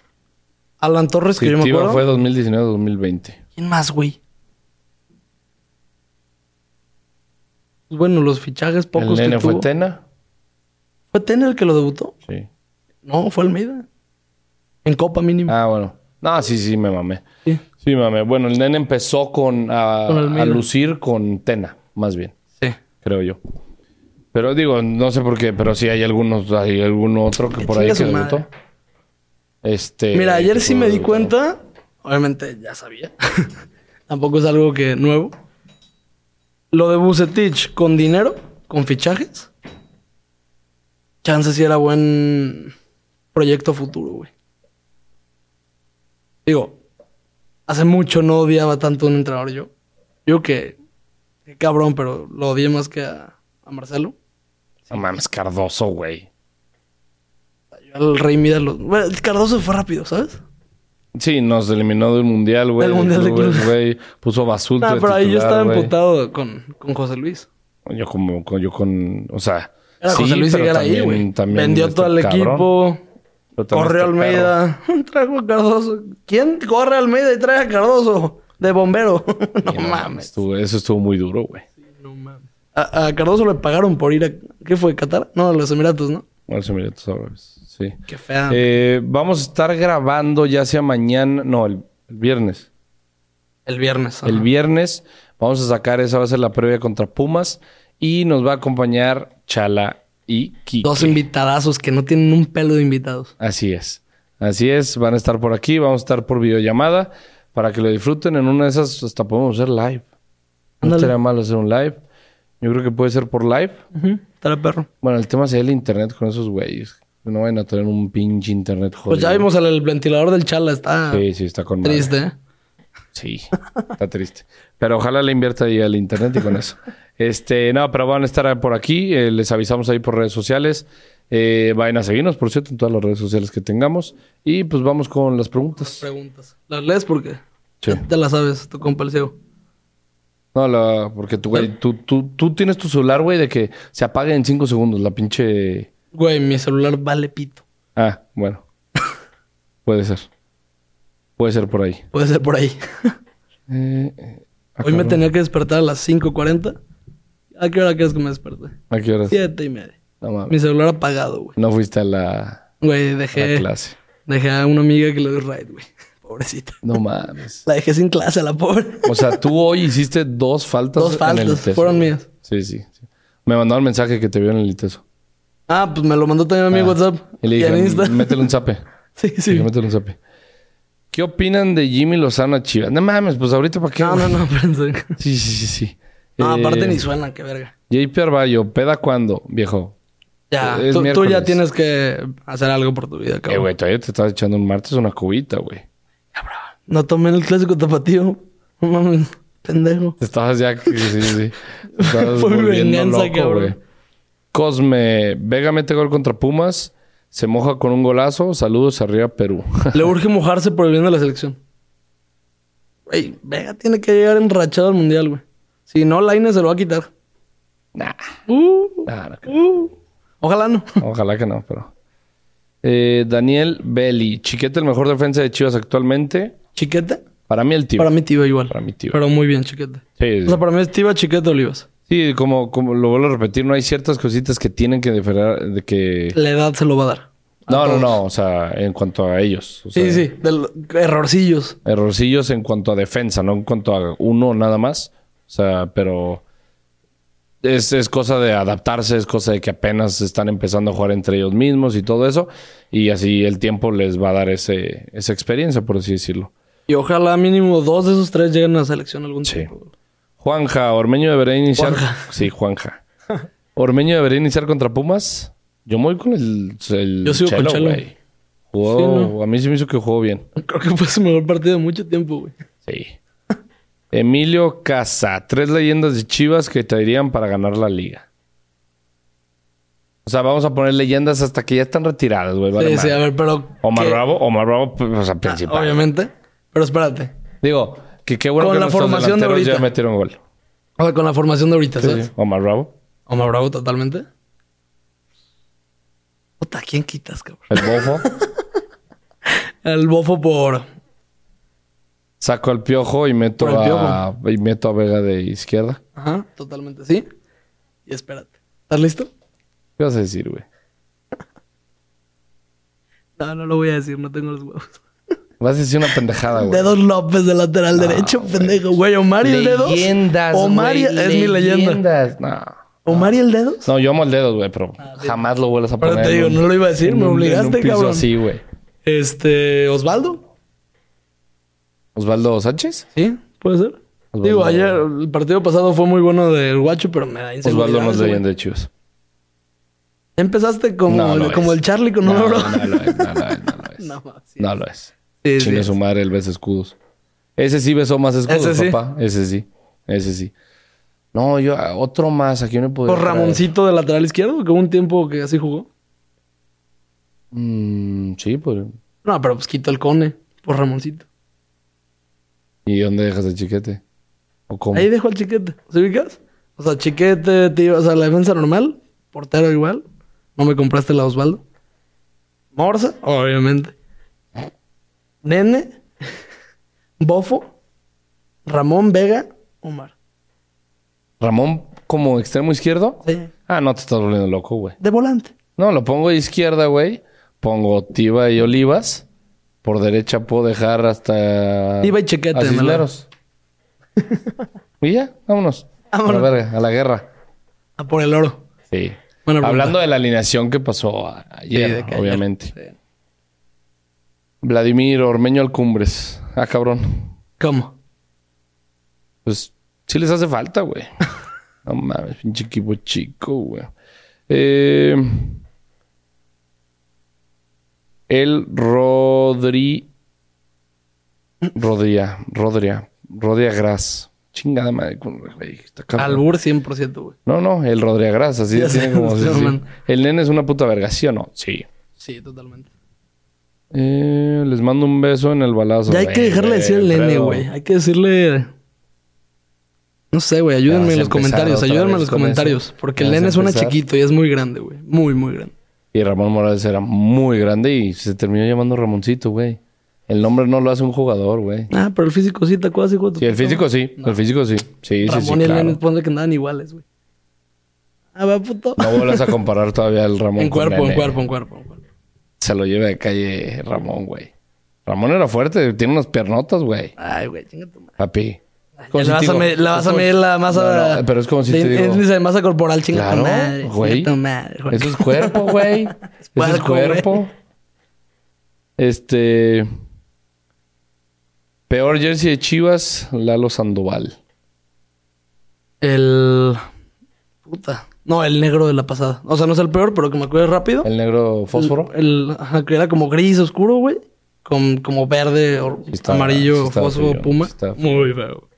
Speaker 2: Alan Torres, que
Speaker 1: sí,
Speaker 2: yo me
Speaker 1: Tiva
Speaker 2: acuerdo.
Speaker 1: fue 2019-2020.
Speaker 2: ¿Quién más, güey? Pues Bueno, los fichajes
Speaker 1: El
Speaker 2: pocos que
Speaker 1: nene
Speaker 2: tuvo.
Speaker 1: fue Tena.
Speaker 2: ¿Fue Tena el que lo debutó?
Speaker 1: Sí.
Speaker 2: No, fue Almeida. En Copa mínimo.
Speaker 1: Ah, bueno. No, sí, sí, me mamé.
Speaker 2: Sí.
Speaker 1: Sí, mame. Bueno, el nene empezó con a,
Speaker 2: Con Almeida.
Speaker 1: a lucir con Tena, más bien,
Speaker 2: sí.
Speaker 1: creo yo. Pero digo, no sé por qué, pero sí hay algunos, hay algún otro que
Speaker 2: Que
Speaker 1: por ahí
Speaker 2: chinga
Speaker 1: que
Speaker 2: su madre.
Speaker 1: debutó. Este.
Speaker 2: Mira, ayer
Speaker 1: que
Speaker 2: sí
Speaker 1: fue
Speaker 2: me di
Speaker 1: debutado.
Speaker 2: cuenta. Obviamente ya sabía. [laughs] Tampoco es algo que nuevo. Lo de Bucetich con dinero, con fichajes. Chance si era buen proyecto futuro, güey. Digo, hace mucho no odiaba tanto a un entrenador yo. Yo que, qué cabrón, pero lo odié más que a, a Marcelo.
Speaker 1: No mames, Cardoso, güey.
Speaker 2: Yo al Rey Midas lo... Bueno, Cardoso fue rápido, ¿sabes?
Speaker 1: Sí, nos eliminó del mundial, güey.
Speaker 2: Del Mundial de
Speaker 1: clubes,
Speaker 2: clubes.
Speaker 1: güey. Puso Basulto.
Speaker 2: No,
Speaker 1: de
Speaker 2: Ah, pero ahí yo
Speaker 1: titular,
Speaker 2: estaba
Speaker 1: güey.
Speaker 2: emputado con, con José Luis.
Speaker 1: Yo como, con, yo con, o sea.
Speaker 2: Era
Speaker 1: sí,
Speaker 2: José Luis
Speaker 1: pero
Speaker 2: Higuera ahí,
Speaker 1: también-
Speaker 2: güey.
Speaker 1: también
Speaker 2: Vendió
Speaker 1: este
Speaker 2: todo el
Speaker 1: cabrón.
Speaker 2: equipo.
Speaker 1: Pero también
Speaker 2: Corrió
Speaker 1: este perro.
Speaker 2: Almeida. [laughs] Trajo a Cardoso. ¿Quién corre a Almeida y trae a Cardoso? De bombero. [laughs] no,
Speaker 1: Y
Speaker 2: mames.
Speaker 1: estuvo- eso estuvo muy duro, güey.
Speaker 2: No mames. A, a Cardoso le pagaron por ir a... ¿Qué fue? ¿Qatar? No, a los Emiratos, ¿no?
Speaker 1: Bueno, se mira, tú sabes. Sí.
Speaker 2: Qué fea.
Speaker 1: Eh, vamos a estar grabando ya sea mañana, no, el, el viernes.
Speaker 2: el viernes.
Speaker 1: El
Speaker 2: ajá.
Speaker 1: viernes vamos a sacar, esa va a ser la previa contra Pumas y nos va a acompañar Chala y Kike.
Speaker 2: Dos invitadazos que no tienen un pelo de invitados.
Speaker 1: Así es, así es, van a estar por aquí, vamos a estar por videollamada para que lo disfruten. En una de esas hasta podemos hacer live. No
Speaker 2: Ándale.
Speaker 1: estaría mal hacer un live. Yo creo que puede ser por live.
Speaker 2: Estará perro.
Speaker 1: Bueno, el tema sería el internet con esos güeyes. No vayan a tener un pinche internet jodido.
Speaker 2: Pues ya vimos el, el ventilador del Chala. Está
Speaker 1: Sí, sí, está con madre.
Speaker 2: triste, ¿eh?
Speaker 1: Sí, está triste. Pero ojalá le invierta ahí al internet y con eso. Este, no, pero van a estar por aquí. eh, les avisamos ahí por redes sociales. Eh, vayan a seguirnos, por cierto, en todas las redes sociales que tengamos. Y pues vamos con las preguntas.
Speaker 2: Preguntas. ¿Las lees porque
Speaker 1: Sí.
Speaker 2: ya te las sabes, tu compa el ciego.
Speaker 1: No, la, porque tú, güey, tú, tú, tú tienes tu celular, güey, de que se apague en cinco segundos la pinche...
Speaker 2: Güey, mi celular vale pito.
Speaker 1: Ah, bueno. Puede ser. Puede ser por ahí.
Speaker 2: Puede ser por ahí.
Speaker 1: Eh, eh, ah,
Speaker 2: Hoy me
Speaker 1: cabrón.
Speaker 2: tenía que despertar a las 5.40. ¿A qué hora crees que me desperté?
Speaker 1: ¿A qué horas?
Speaker 2: Siete y media.
Speaker 1: No mames.
Speaker 2: Mi celular apagado, güey.
Speaker 1: No fuiste a la,
Speaker 2: Güey,
Speaker 1: a la
Speaker 2: dejé,
Speaker 1: clase.
Speaker 2: dejé a una amiga que le doy ride, güey. [laughs] Pobrecita.
Speaker 1: No mames.
Speaker 2: La dejé sin clase, a
Speaker 1: [laughs]
Speaker 2: la pobre.
Speaker 1: O sea, tú hoy hiciste dos faltas.
Speaker 2: Dos
Speaker 1: Pues, en el
Speaker 2: faltas,
Speaker 1: ITESO.
Speaker 2: fueron mías.
Speaker 1: Sí, sí, sí. Me mandaron mensaje que te vio en el ITESO.
Speaker 2: Ah, pues me lo mandó también a mi
Speaker 1: Ah,
Speaker 2: WhatsApp.
Speaker 1: Y le
Speaker 2: en
Speaker 1: dije,
Speaker 2: Insta.
Speaker 1: métele un zape.
Speaker 2: [laughs] Sí,
Speaker 1: Sí.
Speaker 2: sí.
Speaker 1: métele un zape. ¿Qué opinan de Jimmy Lozano a Chivas? No mames, pues ahorita para qué.
Speaker 2: No, no,
Speaker 1: güey?
Speaker 2: no, pensé.
Speaker 1: Sí, sí, sí, sí.
Speaker 2: No,
Speaker 1: Eh,
Speaker 2: aparte ni suena, qué verga.
Speaker 1: JP Arballo, ¿peda cuándo, viejo?
Speaker 2: Ya,
Speaker 1: es
Speaker 2: tú, tú ya
Speaker 1: miércoles.
Speaker 2: tienes que hacer algo por tu vida,
Speaker 1: Eh,
Speaker 2: cabrón.
Speaker 1: güey, todavía te estás echando un martes una cubita, güey.
Speaker 2: no tomen el clásico tapatío. No mames, pendejo.
Speaker 1: Te estabas ya... Sí, sí, sí. Te estabas
Speaker 2: [laughs] Fue mi
Speaker 1: volviendo
Speaker 2: venganza,
Speaker 1: loco,
Speaker 2: cabrón.
Speaker 1: güey. Cosme, Vega mete gol contra Pumas. Se moja con un golazo. Saludos arriba, Perú. [laughs]
Speaker 2: Le urge mojarse por el bien de la selección. Güey, Vega tiene que llegar enrachado al mundial, güey. Si no, Laine se lo va a quitar.
Speaker 1: nah.
Speaker 2: Uh,
Speaker 1: Nah, no creo.
Speaker 2: uh. Ojalá no.
Speaker 1: Ojalá que no, pero. Eh, Daniel Belli, Chiquete, el mejor defensa de Chivas actualmente.
Speaker 2: ¿Chiquete?
Speaker 1: Para mí, el tío.
Speaker 2: Para mí, Tiba igual.
Speaker 1: Para mí, tío.
Speaker 2: Pero muy bien, Chiquete.
Speaker 1: Sí,
Speaker 2: O sea, para mí es Tiba, Chiquete, Olivas.
Speaker 1: Sí, como, como lo vuelvo a repetir, no hay ciertas cositas que tienen que diferenciar de que...
Speaker 2: La edad se lo va a dar. A
Speaker 1: No, no,
Speaker 2: todos.
Speaker 1: no, o sea, en cuanto a ellos. o
Speaker 2: Sí,
Speaker 1: sea,
Speaker 2: sí, de lo- errorcillos.
Speaker 1: Errorcillos en cuanto a defensa, no en cuanto a uno nada más. O sea, pero es, es cosa de adaptarse, es cosa de que apenas están empezando a jugar entre ellos mismos y todo eso. Y así el tiempo les va a dar ese, esa experiencia, por así decirlo.
Speaker 2: Y ojalá mínimo dos de esos tres lleguen a la selección algún
Speaker 1: Sí.
Speaker 2: tiempo.
Speaker 1: Juanja, Ormeño debería iniciar.
Speaker 2: Juanja.
Speaker 1: Sí, Juanja. Ormeño debería iniciar contra Pumas. Yo me voy con el, el
Speaker 2: Yo sigo con
Speaker 1: Chelo,
Speaker 2: Chelo.
Speaker 1: güey. Jugó-
Speaker 2: Sí,
Speaker 1: A mí se me hizo que jugó bien.
Speaker 2: Creo que fue su mejor partido de mucho tiempo, güey.
Speaker 1: Sí. [laughs] Emilio Casa, tres leyendas de Chivas que traerían para ganar la liga. O sea, vamos a poner leyendas hasta que ya están retiradas, güey. vale
Speaker 2: Sí, sí,
Speaker 1: madre.
Speaker 2: a ver, pero.
Speaker 1: Omar
Speaker 2: ¿qué?
Speaker 1: Bravo, Omar Bravo, pues, o sea,
Speaker 2: Ah,
Speaker 1: principal.
Speaker 2: Obviamente. Pero espérate.
Speaker 1: Digo, que qué bueno
Speaker 2: Con
Speaker 1: que
Speaker 2: la
Speaker 1: nuestros
Speaker 2: formación de
Speaker 1: delanteros ya
Speaker 2: ahorita.
Speaker 1: metieron gol.
Speaker 2: O sea, con la formación de ahorita, ¿sabes?
Speaker 1: Omar Bravo,
Speaker 2: Omar Bravo totalmente. Puta, ¿quién quitas, cabrón?
Speaker 1: el bofo,
Speaker 2: [laughs] El bofo por.
Speaker 1: saco al piojo y meto
Speaker 2: Por el
Speaker 1: a y meto a Vega de izquierda.
Speaker 2: Ajá, totalmente sí. Y espérate. ¿Estás listo?
Speaker 1: ¿Qué vas a decir, güey?
Speaker 2: No, no lo voy a decir, no tengo los huevos.
Speaker 1: Vas a decir una pendejada, güey.
Speaker 2: Dedos López de lateral derecho, pendejo. Güey, Omar y el Dedos.
Speaker 1: Leyendas,
Speaker 2: Omar y-
Speaker 1: güey,
Speaker 2: es mi leyenda.
Speaker 1: leyendas. No.
Speaker 2: Omar y el Dedos.
Speaker 1: No, yo amo el dedo, güey, pero jamás lo vuelvas a
Speaker 2: Pero
Speaker 1: poner.
Speaker 2: te digo,
Speaker 1: en
Speaker 2: no lo iba a decir,
Speaker 1: en
Speaker 2: me
Speaker 1: un-
Speaker 2: obligaste,
Speaker 1: en un piso
Speaker 2: cabrón.
Speaker 1: así, güey.
Speaker 2: Este, Osvaldo.
Speaker 1: Osvaldo Sánchez.
Speaker 2: Sí, puede ser.
Speaker 1: Osvaldo.
Speaker 2: Digo, ayer el partido pasado fue muy bueno del guacho, pero me da inseguridad.
Speaker 1: Osvaldo no es
Speaker 2: ese güey.
Speaker 1: leyenda de Chivas.
Speaker 2: Empezaste como,
Speaker 1: No lo
Speaker 2: como
Speaker 1: es.
Speaker 2: el Charlie con un
Speaker 1: no,
Speaker 2: oro.
Speaker 1: no lo es, no lo es, no lo es.
Speaker 2: [laughs] No, sí.
Speaker 1: No lo es.
Speaker 2: Sí, sí.
Speaker 1: Chingue su madre, él besa escudos. Ese sí besó más escudos,
Speaker 2: Ese sí.
Speaker 1: papá. Ese sí. Ese sí. No, yo, ah, otro más. Aquí no puedo.
Speaker 2: Por Ramoncito de lateral izquierdo, que hubo un tiempo que así jugó.
Speaker 1: sí, pues.
Speaker 2: No, pero pues quito el cone por Ramoncito.
Speaker 1: ¿Y dónde dejas el chiquete? ¿O cómo?
Speaker 2: Ahí dejo al chiquete. ¿Se ubicas? O sea, chiquete, tío, o sea, la defensa normal, portero igual. No me compraste la Osvaldo. Morza, obviamente. Nene, [laughs] Bofo, Ramón Vega, Omar.
Speaker 1: ¿Ramón como extremo izquierdo?
Speaker 2: Sí.
Speaker 1: Ah, no te estás volviendo loco, güey.
Speaker 2: De volante.
Speaker 1: No, lo pongo de izquierda, güey. Pongo Tiva y Olivas. Por derecha puedo dejar hasta.
Speaker 2: Tiva y Chequete,
Speaker 1: A
Speaker 2: me la-
Speaker 1: Cisneros.
Speaker 2: [laughs]
Speaker 1: y ya, vámonos.
Speaker 2: Vámonos.
Speaker 1: A la verga, a la guerra.
Speaker 2: A por el oro.
Speaker 1: Sí.
Speaker 2: Buena pregunta.
Speaker 1: Hablando de la alineación que pasó a-
Speaker 2: Sí,
Speaker 1: ayer,
Speaker 2: de que ayer.
Speaker 1: obviamente.
Speaker 2: Sí.
Speaker 1: Vladimir Ormeño Alcumbres. Ah, cabrón.
Speaker 2: ¿Cómo?
Speaker 1: Pues sí les hace falta,
Speaker 2: [laughs]
Speaker 1: güey. no mames, pinche equipo chico, güey. Eh, el Rodri. Rodría, Rodría, Rodría Gras. Chingada madre, con- güey. está cabrón.
Speaker 2: Albur 100%, güey.
Speaker 1: No, no, el Rodría Gras, así
Speaker 2: [laughs] Ya sé,
Speaker 1: tiene como.
Speaker 2: estoy
Speaker 1: sí, sí.
Speaker 2: hablando.
Speaker 1: El nene es una puta verga, ¿sí o no? Sí.
Speaker 2: Sí, totalmente.
Speaker 1: Eh, les mando un beso en el balazo.
Speaker 2: Ya hay que
Speaker 1: Ey,
Speaker 2: dejarle
Speaker 1: güey,
Speaker 2: decir el nene,
Speaker 1: Alfredo.
Speaker 2: güey. Hay que decirle. No sé, güey.
Speaker 1: Ya
Speaker 2: Ayúdenme
Speaker 1: vas a
Speaker 2: en los
Speaker 1: empezar
Speaker 2: comentarios.
Speaker 1: otra
Speaker 2: Ayúdenme en
Speaker 1: vez
Speaker 2: los
Speaker 1: con
Speaker 2: comentarios.
Speaker 1: eso.
Speaker 2: Porque
Speaker 1: Ya
Speaker 2: el
Speaker 1: vas a
Speaker 2: nene suena
Speaker 1: empezar.
Speaker 2: chiquito y es muy grande, güey. Muy, muy grande.
Speaker 1: Y Ramón Morales era muy grande y se terminó llamando Ramoncito, güey. El nombre no lo hace un jugador, güey.
Speaker 2: Ah, pero el físico sí, ¿te acuerdas? hijo de tu
Speaker 1: Sí, el
Speaker 2: puta
Speaker 1: físico
Speaker 2: madre?
Speaker 1: sí, el físico sí. Sí, sí,
Speaker 2: Ramón
Speaker 1: sí,
Speaker 2: y el
Speaker 1: claro.
Speaker 2: nene ponle que andaban iguales, güey. Ah, va, puto.
Speaker 1: No vuelvas a comparar todavía el Ramón
Speaker 2: en
Speaker 1: con
Speaker 2: cuerpo, en
Speaker 1: Nene.
Speaker 2: cuerpo, en cuerpo, en cuerpo.
Speaker 1: Se lo lleva de calle Ramón, güey. Ramón era fuerte, tiene unas piernotas, güey.
Speaker 2: Ay, güey, chinga tu madre.
Speaker 1: Papi.
Speaker 2: Ya le vas a
Speaker 1: digo-
Speaker 2: med- la vas
Speaker 1: es
Speaker 2: a
Speaker 1: como-
Speaker 2: medir la masa.
Speaker 1: No, no, pero es como si
Speaker 2: de-
Speaker 1: te digo-
Speaker 2: Índice de masa corporal, chinga
Speaker 1: Claro,
Speaker 2: tu madre. chinga
Speaker 1: güey.
Speaker 2: tu madre, güey.
Speaker 1: Eso es cuerpo,
Speaker 2: [laughs]
Speaker 1: güey. Eso es
Speaker 2: puerco, güey.
Speaker 1: cuerpo. Este. Peor jersey de Chivas, Lalo Sandoval.
Speaker 2: El. Puta. No, el negro de la pasada. O sea, no es el peor, pero que me acuerdo rápido.
Speaker 1: El negro fósforo.
Speaker 2: El, ajá, que era como gris oscuro, güey. Con, como verde, o
Speaker 1: Sí está- sí
Speaker 2: amarillo,
Speaker 1: está
Speaker 2: fósforo,
Speaker 1: feo,
Speaker 2: puma.
Speaker 1: sí está feo.
Speaker 2: Muy feo.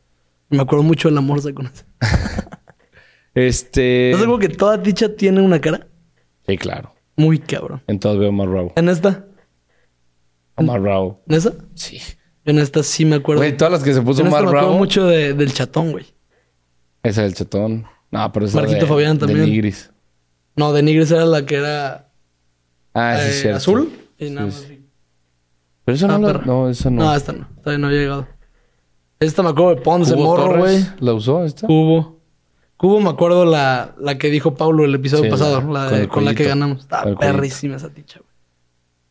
Speaker 2: Me acuerdo mucho de la morsa con eso.
Speaker 1: Este.
Speaker 2: ¿No es algo que toda dicha tiene una cara?
Speaker 1: Sí, claro.
Speaker 2: Muy cabrón.
Speaker 1: Entonces veo más Rao.
Speaker 2: ¿En esta? Ah.
Speaker 1: Más Rao.
Speaker 2: ¿En esa?
Speaker 1: Sí.
Speaker 2: Yo en esta sí me acuerdo.
Speaker 1: Güey, todas las que se puso
Speaker 2: en esta
Speaker 1: más
Speaker 2: me acuerdo
Speaker 1: Rao.
Speaker 2: mucho de- del chatón, güey.
Speaker 1: Esa del chatón. No, pero esa
Speaker 2: Marquito
Speaker 1: de-
Speaker 2: Fabián
Speaker 1: de
Speaker 2: también.
Speaker 1: Nigris.
Speaker 2: No, de Nigris era la que era
Speaker 1: Ah, sí,
Speaker 2: eh,
Speaker 1: es cierto.
Speaker 2: azul. Y nada
Speaker 1: Sí,
Speaker 2: más.
Speaker 1: Pero eso
Speaker 2: Ah,
Speaker 1: no, la-
Speaker 2: perro.
Speaker 1: no, esa no.
Speaker 2: No, esta no. Todavía no había llegado. Esta me acuerdo de Ponce,
Speaker 1: Hugo
Speaker 2: morro,
Speaker 1: Torres
Speaker 2: güey.
Speaker 1: ¿La usó esta?
Speaker 2: Cubo. Cubo, me acuerdo la, la que dijo Pablo el episodio
Speaker 1: Sí,
Speaker 2: pasado, la
Speaker 1: con
Speaker 2: de-
Speaker 1: el
Speaker 2: con la que
Speaker 1: cuellito.
Speaker 2: ganamos. Está
Speaker 1: Con el cuellito.
Speaker 2: perrísima esa ticha, güey.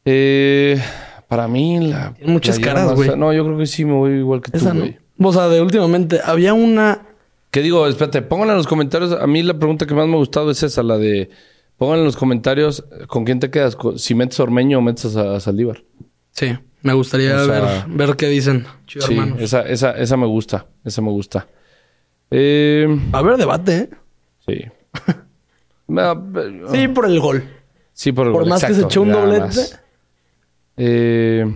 Speaker 1: Eh, para mí, la.
Speaker 2: Tiene muchas
Speaker 1: playera
Speaker 2: caras,
Speaker 1: más-
Speaker 2: güey.
Speaker 1: No, yo creo que sí me voy igual que
Speaker 2: Esa
Speaker 1: tú,
Speaker 2: no.
Speaker 1: güey.
Speaker 2: O sea, de últimamente había una.
Speaker 1: ¿Qué digo? Espérate, pónganla en los comentarios. A mí la pregunta que más me ha gustado es esa, la de. Pónganla en los comentarios con quién te quedas. co- Si metes a Ormeño o metes a, a Saldívar.
Speaker 2: Sí, me gustaría
Speaker 1: O sea-
Speaker 2: ver, ver qué dicen. Chido,
Speaker 1: Sí,
Speaker 2: hermanos.
Speaker 1: esa, esa, esa me gusta. Esa me gusta. Eh,
Speaker 2: Va a haber debate, ¿eh? [laughs]
Speaker 1: sí. No, pero-
Speaker 2: Sí, por el gol.
Speaker 1: Sí, Ah. por el
Speaker 2: Por
Speaker 1: gol,
Speaker 2: más que se
Speaker 1: exacto,
Speaker 2: echó un
Speaker 1: nada
Speaker 2: doblete.
Speaker 1: más. Eh,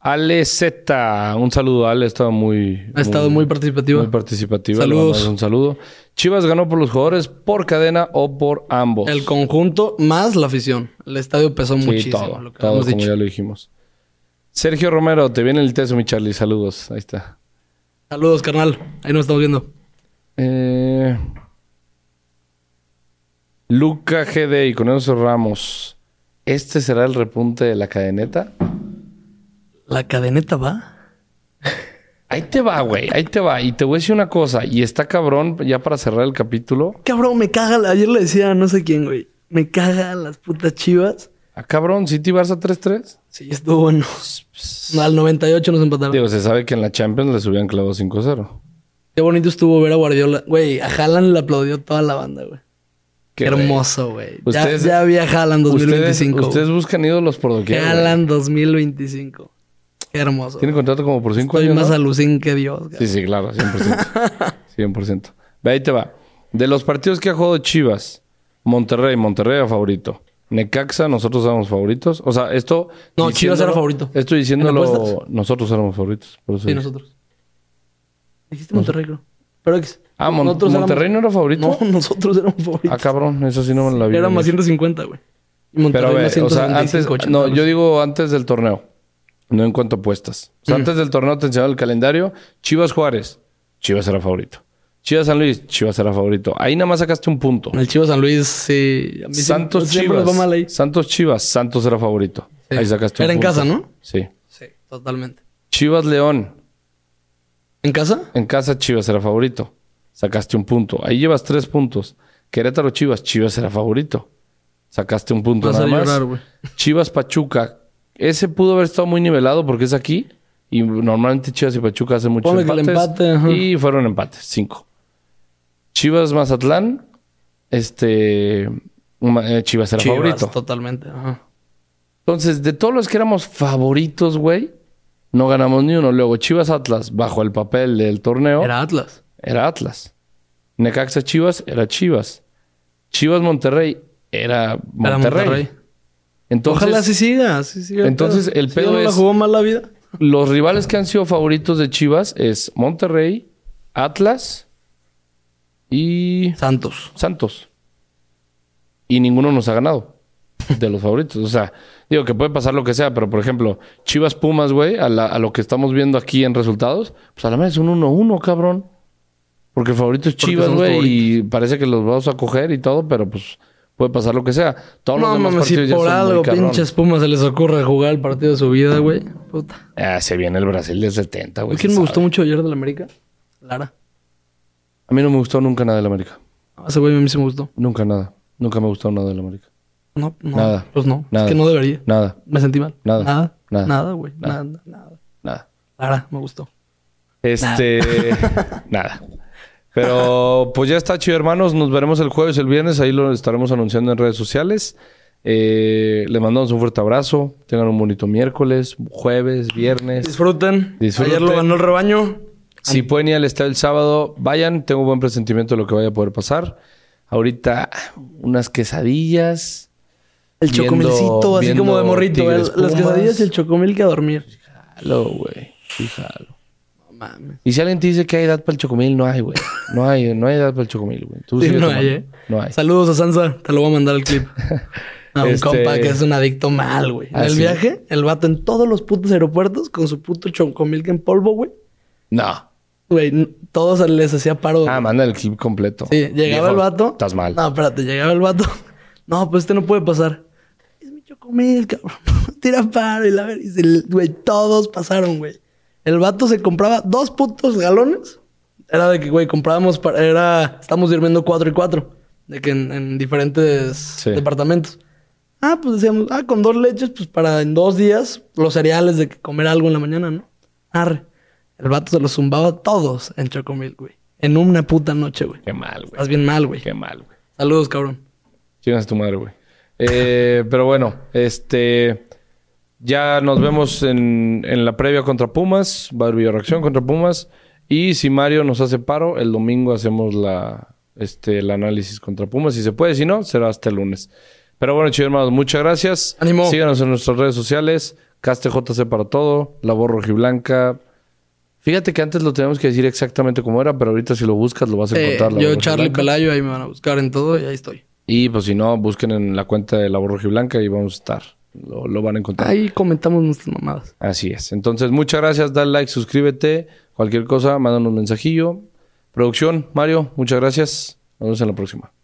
Speaker 1: Ale Z, un saludo. Ale ha estado muy.
Speaker 2: Ha estado muy participativa.
Speaker 1: Muy participativa.
Speaker 2: Saludos.
Speaker 1: Le mandamos un saludo. Chivas ganó por los jugadores por cadena o por ambos.
Speaker 2: El conjunto más la afición. El estadio pesó
Speaker 1: Sí,
Speaker 2: muchísimo.
Speaker 1: todo,
Speaker 2: lo que
Speaker 1: todo,
Speaker 2: habíamos
Speaker 1: como
Speaker 2: dicho.
Speaker 1: ya lo dijimos. Sergio Romero, te viene el teso, mi Charlie. Saludos. Ahí está.
Speaker 2: Saludos, carnal. Ahí nos estamos viendo.
Speaker 1: Eh, Luca GD y con eso Ramos. ¿Este será el repunte de la cadeneta?
Speaker 2: ¿La cadeneta va?
Speaker 1: Ahí te va, güey. Ahí te va. Y te voy a decir una cosa. Y está cabrón, ya para cerrar el capítulo.
Speaker 2: Cabrón, me caga. la- Ayer le decía a no sé quién, güey. Me caga las putas chivas.
Speaker 1: Ah, cabrón, City Barça 3-3.
Speaker 2: Sí, estuvo bueno. Al 98 nos empataron.
Speaker 1: Digo, se sabe que en la Champions le subían clavo 5-0.
Speaker 2: Qué bonito estuvo ver a Guardiola. Güey, a Haaland le aplaudió toda la banda, güey. Qué hermoso, güey. Ya,
Speaker 1: Ustedes-
Speaker 2: ya había Haaland 2025.
Speaker 1: Ustedes, ustedes
Speaker 2: güey.
Speaker 1: buscan ídolos por doquier. güey.
Speaker 2: Haaland 2025. Qué hermoso.
Speaker 1: Tiene contrato como por 5
Speaker 2: Estoy
Speaker 1: años.
Speaker 2: más
Speaker 1: ¿no?
Speaker 2: alucín que Dios. güey.
Speaker 1: Sí, sí, claro,
Speaker 2: [laughs]
Speaker 1: 100%. 100%. Ve, ahí te va. De los partidos que ha jugado Chivas, Monterrey, Monterrey era favorito. Necaxa, nosotros éramos favoritos. O sea, esto.
Speaker 2: No, Chivas era
Speaker 1: diciéndolo-
Speaker 2: favorito.
Speaker 1: Esto
Speaker 2: ¿En
Speaker 1: diciéndolo.
Speaker 2: apuestas?
Speaker 1: Nosotros éramos favoritos. Por eso
Speaker 2: Sí,
Speaker 1: dije.
Speaker 2: nosotros. Dijiste Monterrey, creo. Pero X.
Speaker 1: Ah, Mon-
Speaker 2: Nosotros éramos-
Speaker 1: ¿Monterrey no era favorito?
Speaker 2: No, [laughs] nosotros éramos favoritos.
Speaker 1: Ah, cabrón, eso sí no me la vi.
Speaker 2: Era más
Speaker 1: venir.
Speaker 2: 150, güey. Y
Speaker 1: Pero
Speaker 2: Monterrey
Speaker 1: a ver,
Speaker 2: más
Speaker 1: o sea,
Speaker 2: 175,
Speaker 1: antes,
Speaker 2: 80,
Speaker 1: no,
Speaker 2: sé.
Speaker 1: yo digo antes del torneo, no en cuanto a apuestas. O sea, antes del torneo te enseñaba el calendario, Chivas Juárez, Chivas era favorito. Chivas San Luis, Chivas era favorito. Ahí nada más sacaste un punto.
Speaker 2: El Chivo San Luis, sí. A mí
Speaker 1: Santos
Speaker 2: siempre, siempre
Speaker 1: Chivas.
Speaker 2: nos va mal ahí.
Speaker 1: Santos Chivas, Santos era favorito.
Speaker 2: Sí.
Speaker 1: Ahí sacaste un
Speaker 2: Era en
Speaker 1: punto.
Speaker 2: casa, ¿no?
Speaker 1: Sí.
Speaker 2: Sí, totalmente.
Speaker 1: Chivas León,
Speaker 2: ¿En casa?
Speaker 1: en casa Chivas era favorito. Sacaste un punto. Ahí llevas tres puntos. Querétaro Chivas, Chivas era favorito. Sacaste un punto
Speaker 2: Vas a
Speaker 1: Pues nada más.
Speaker 2: llorar, güey.
Speaker 1: Chivas Pachuca. Ese pudo haber estado muy nivelado porque es aquí. Y normalmente Chivas y Pachuca hacen muchos
Speaker 2: Ponle que el
Speaker 1: empates.
Speaker 2: empate, ajá.
Speaker 1: Y fueron empates, cinco. Chivas Mazatlán. Este. ma- eh, Chivas era
Speaker 2: Chivas,
Speaker 1: favorito.
Speaker 2: Totalmente. Ajá.
Speaker 1: Entonces, de todos los que éramos favoritos, güey, no ganamos ni uno. Luego, Chivas Atlas, bajo el papel del torneo, era,
Speaker 2: Era Atlas.
Speaker 1: Atlas. Necaxa Chivas era Chivas. Chivas Monterrey era
Speaker 2: Era
Speaker 1: Monterrey.
Speaker 2: Monterrey.
Speaker 1: Entonces,
Speaker 2: Ojalá así siga. así siga
Speaker 1: entonces el
Speaker 2: Si
Speaker 1: pedo
Speaker 2: no la
Speaker 1: es-
Speaker 2: jugó mal la vida.
Speaker 1: los rivales que han sido favoritos de Chivas es Monterrey, Atlas y
Speaker 2: Santos.
Speaker 1: Santos. Y ninguno nos ha ganado de los favoritos. O sea, digo que puede pasar lo que sea, pero por ejemplo, Chivas Pumas, güey, a, la- a lo que estamos viendo aquí en resultados, pues a la vez es un 1-1, cabrón. Porque el favorito es
Speaker 2: Porque
Speaker 1: Chivas,
Speaker 2: somos
Speaker 1: güey, y parece que los vamos a coger y todo, pero pues puede pasar lo que sea. Todos los
Speaker 2: No
Speaker 1: demás
Speaker 2: mames, si
Speaker 1: partidos ya
Speaker 2: por
Speaker 1: son muy
Speaker 2: algo
Speaker 1: cabrón.
Speaker 2: pinches Pumas se les ocurre jugar el partido de su vida, güey. Puta.
Speaker 1: Ah, se viene el Brasil de 70, güey.
Speaker 2: ¿Quién me
Speaker 1: se Pues
Speaker 2: gustó
Speaker 1: sabe.
Speaker 2: mucho ayer del América? Lara.
Speaker 1: A mí no me gustó nunca nada del América.
Speaker 2: Ah, Ese güey a mí sí me gustó.
Speaker 1: Nunca nada. Nunca me gustó nada del América.
Speaker 2: No, no.
Speaker 1: Nada.
Speaker 2: Pues no.
Speaker 1: Nada.
Speaker 2: Es que no debería.
Speaker 1: Nada,
Speaker 2: Me sentí mal.
Speaker 1: Nada.
Speaker 2: Nada.
Speaker 1: Nada.
Speaker 2: Nada, güey. Nada. Nada. nada.
Speaker 1: nada.
Speaker 2: Lara, me gustó.
Speaker 1: Este, [laughs] nada. Pero pues ya está, chido hermanos. Nos veremos el jueves, el viernes. Ahí lo estaremos anunciando en redes sociales. Eh, les mandamos un fuerte abrazo. Tengan un bonito miércoles, jueves, viernes.
Speaker 2: Disfruten.
Speaker 1: Disfruten.
Speaker 2: Ayer lo ganó el rebaño.
Speaker 1: Si pueden ir al estadio el sábado, vayan. Tengo un buen presentimiento de lo que vaya a poder pasar. Ahorita unas quesadillas.
Speaker 2: El
Speaker 1: Viendo-
Speaker 2: chocomelcito, así
Speaker 1: viendo
Speaker 2: como de morrito. güey.
Speaker 1: Tigres
Speaker 2: Las
Speaker 1: Pumas.
Speaker 2: quesadillas y el chocomil que a dormir.
Speaker 1: Jalo, güey. Fíjalo.
Speaker 2: No mames.
Speaker 1: Y si alguien te dice que hay edad para el chocomil, no hay, güey. No hay, no hay edad para el chocomil, güey. Tú
Speaker 2: Sí,
Speaker 1: sigue
Speaker 2: no hay,
Speaker 1: tomando.
Speaker 2: ¿eh?
Speaker 1: No hay.
Speaker 2: Saludos a Sansa. Te lo voy a mandar el clip.
Speaker 1: [laughs]
Speaker 2: A un
Speaker 1: Este-
Speaker 2: compa que es un adicto mal, güey. En
Speaker 1: ¿Ah,
Speaker 2: el
Speaker 1: sí?
Speaker 2: viaje, el vato en todos los putos aeropuertos con su puto chocomil que en polvo, güey.
Speaker 1: No.
Speaker 2: Güey, n- todos les hacía paro. güey.
Speaker 1: Ah, manda el clip completo.
Speaker 2: Sí,
Speaker 1: Viejo,
Speaker 2: llegaba el vato.
Speaker 1: Estás mal.
Speaker 2: No, espérate, llegaba el vato. [laughs] No, pues este no puede pasar. Es mi chocomil, cabrón. [laughs] Tira paro y la ver. Y se- güey, todos pasaron, güey. El vato se compraba dos putos galones era de que, güey, comprábamos, para, era, estamos durmiendo cuatro y cuatro, de que en, en diferentes
Speaker 1: Sí.
Speaker 2: departamentos. Ah, pues decíamos, ah, con dos leches, pues para en dos días, los cereales de que comer algo en la mañana, ¿no? Arre. El vato se los zumbaba todos en Chocomil, güey. En una puta noche, güey.
Speaker 1: Qué mal, güey.
Speaker 2: Pues, Estás bien mal, güey.
Speaker 1: Qué mal, güey.
Speaker 2: Saludos, cabrón.
Speaker 1: Chingas a tu madre, güey. Eh, pero bueno, este. Ya nos vemos en, en la previa contra Pumas, Barbio Reacción contra Pumas. Y si Mario nos hace paro, el domingo hacemos la, este, el análisis contra Pumas. Si se puede, si no, será hasta el lunes. Pero bueno, chicos hermanos, muchas gracias.
Speaker 2: Ánimo.
Speaker 1: Síganos en nuestras redes sociales. CastJC para todo, La Voz Rojiblanca. Fíjate que antes lo teníamos que decir exactamente como era, pero ahorita si lo buscas lo vas a
Speaker 2: Eh,
Speaker 1: encontrar. La
Speaker 2: yo,
Speaker 1: Voz
Speaker 2: Charlie
Speaker 1: Rojiblanca.
Speaker 2: Pelayo, ahí me van a buscar en todo y ahí estoy.
Speaker 1: Y pues si no, busquen en la cuenta de la Borja Blanca y vamos a estar. Lo, lo van a encontrar.
Speaker 2: Ahí comentamos nuestras mamadas.
Speaker 1: Así es. Entonces, muchas gracias. Dale like, suscríbete. Cualquier cosa, mándanos un mensajillo. Producción, Mario, muchas gracias. Nos vemos en la próxima.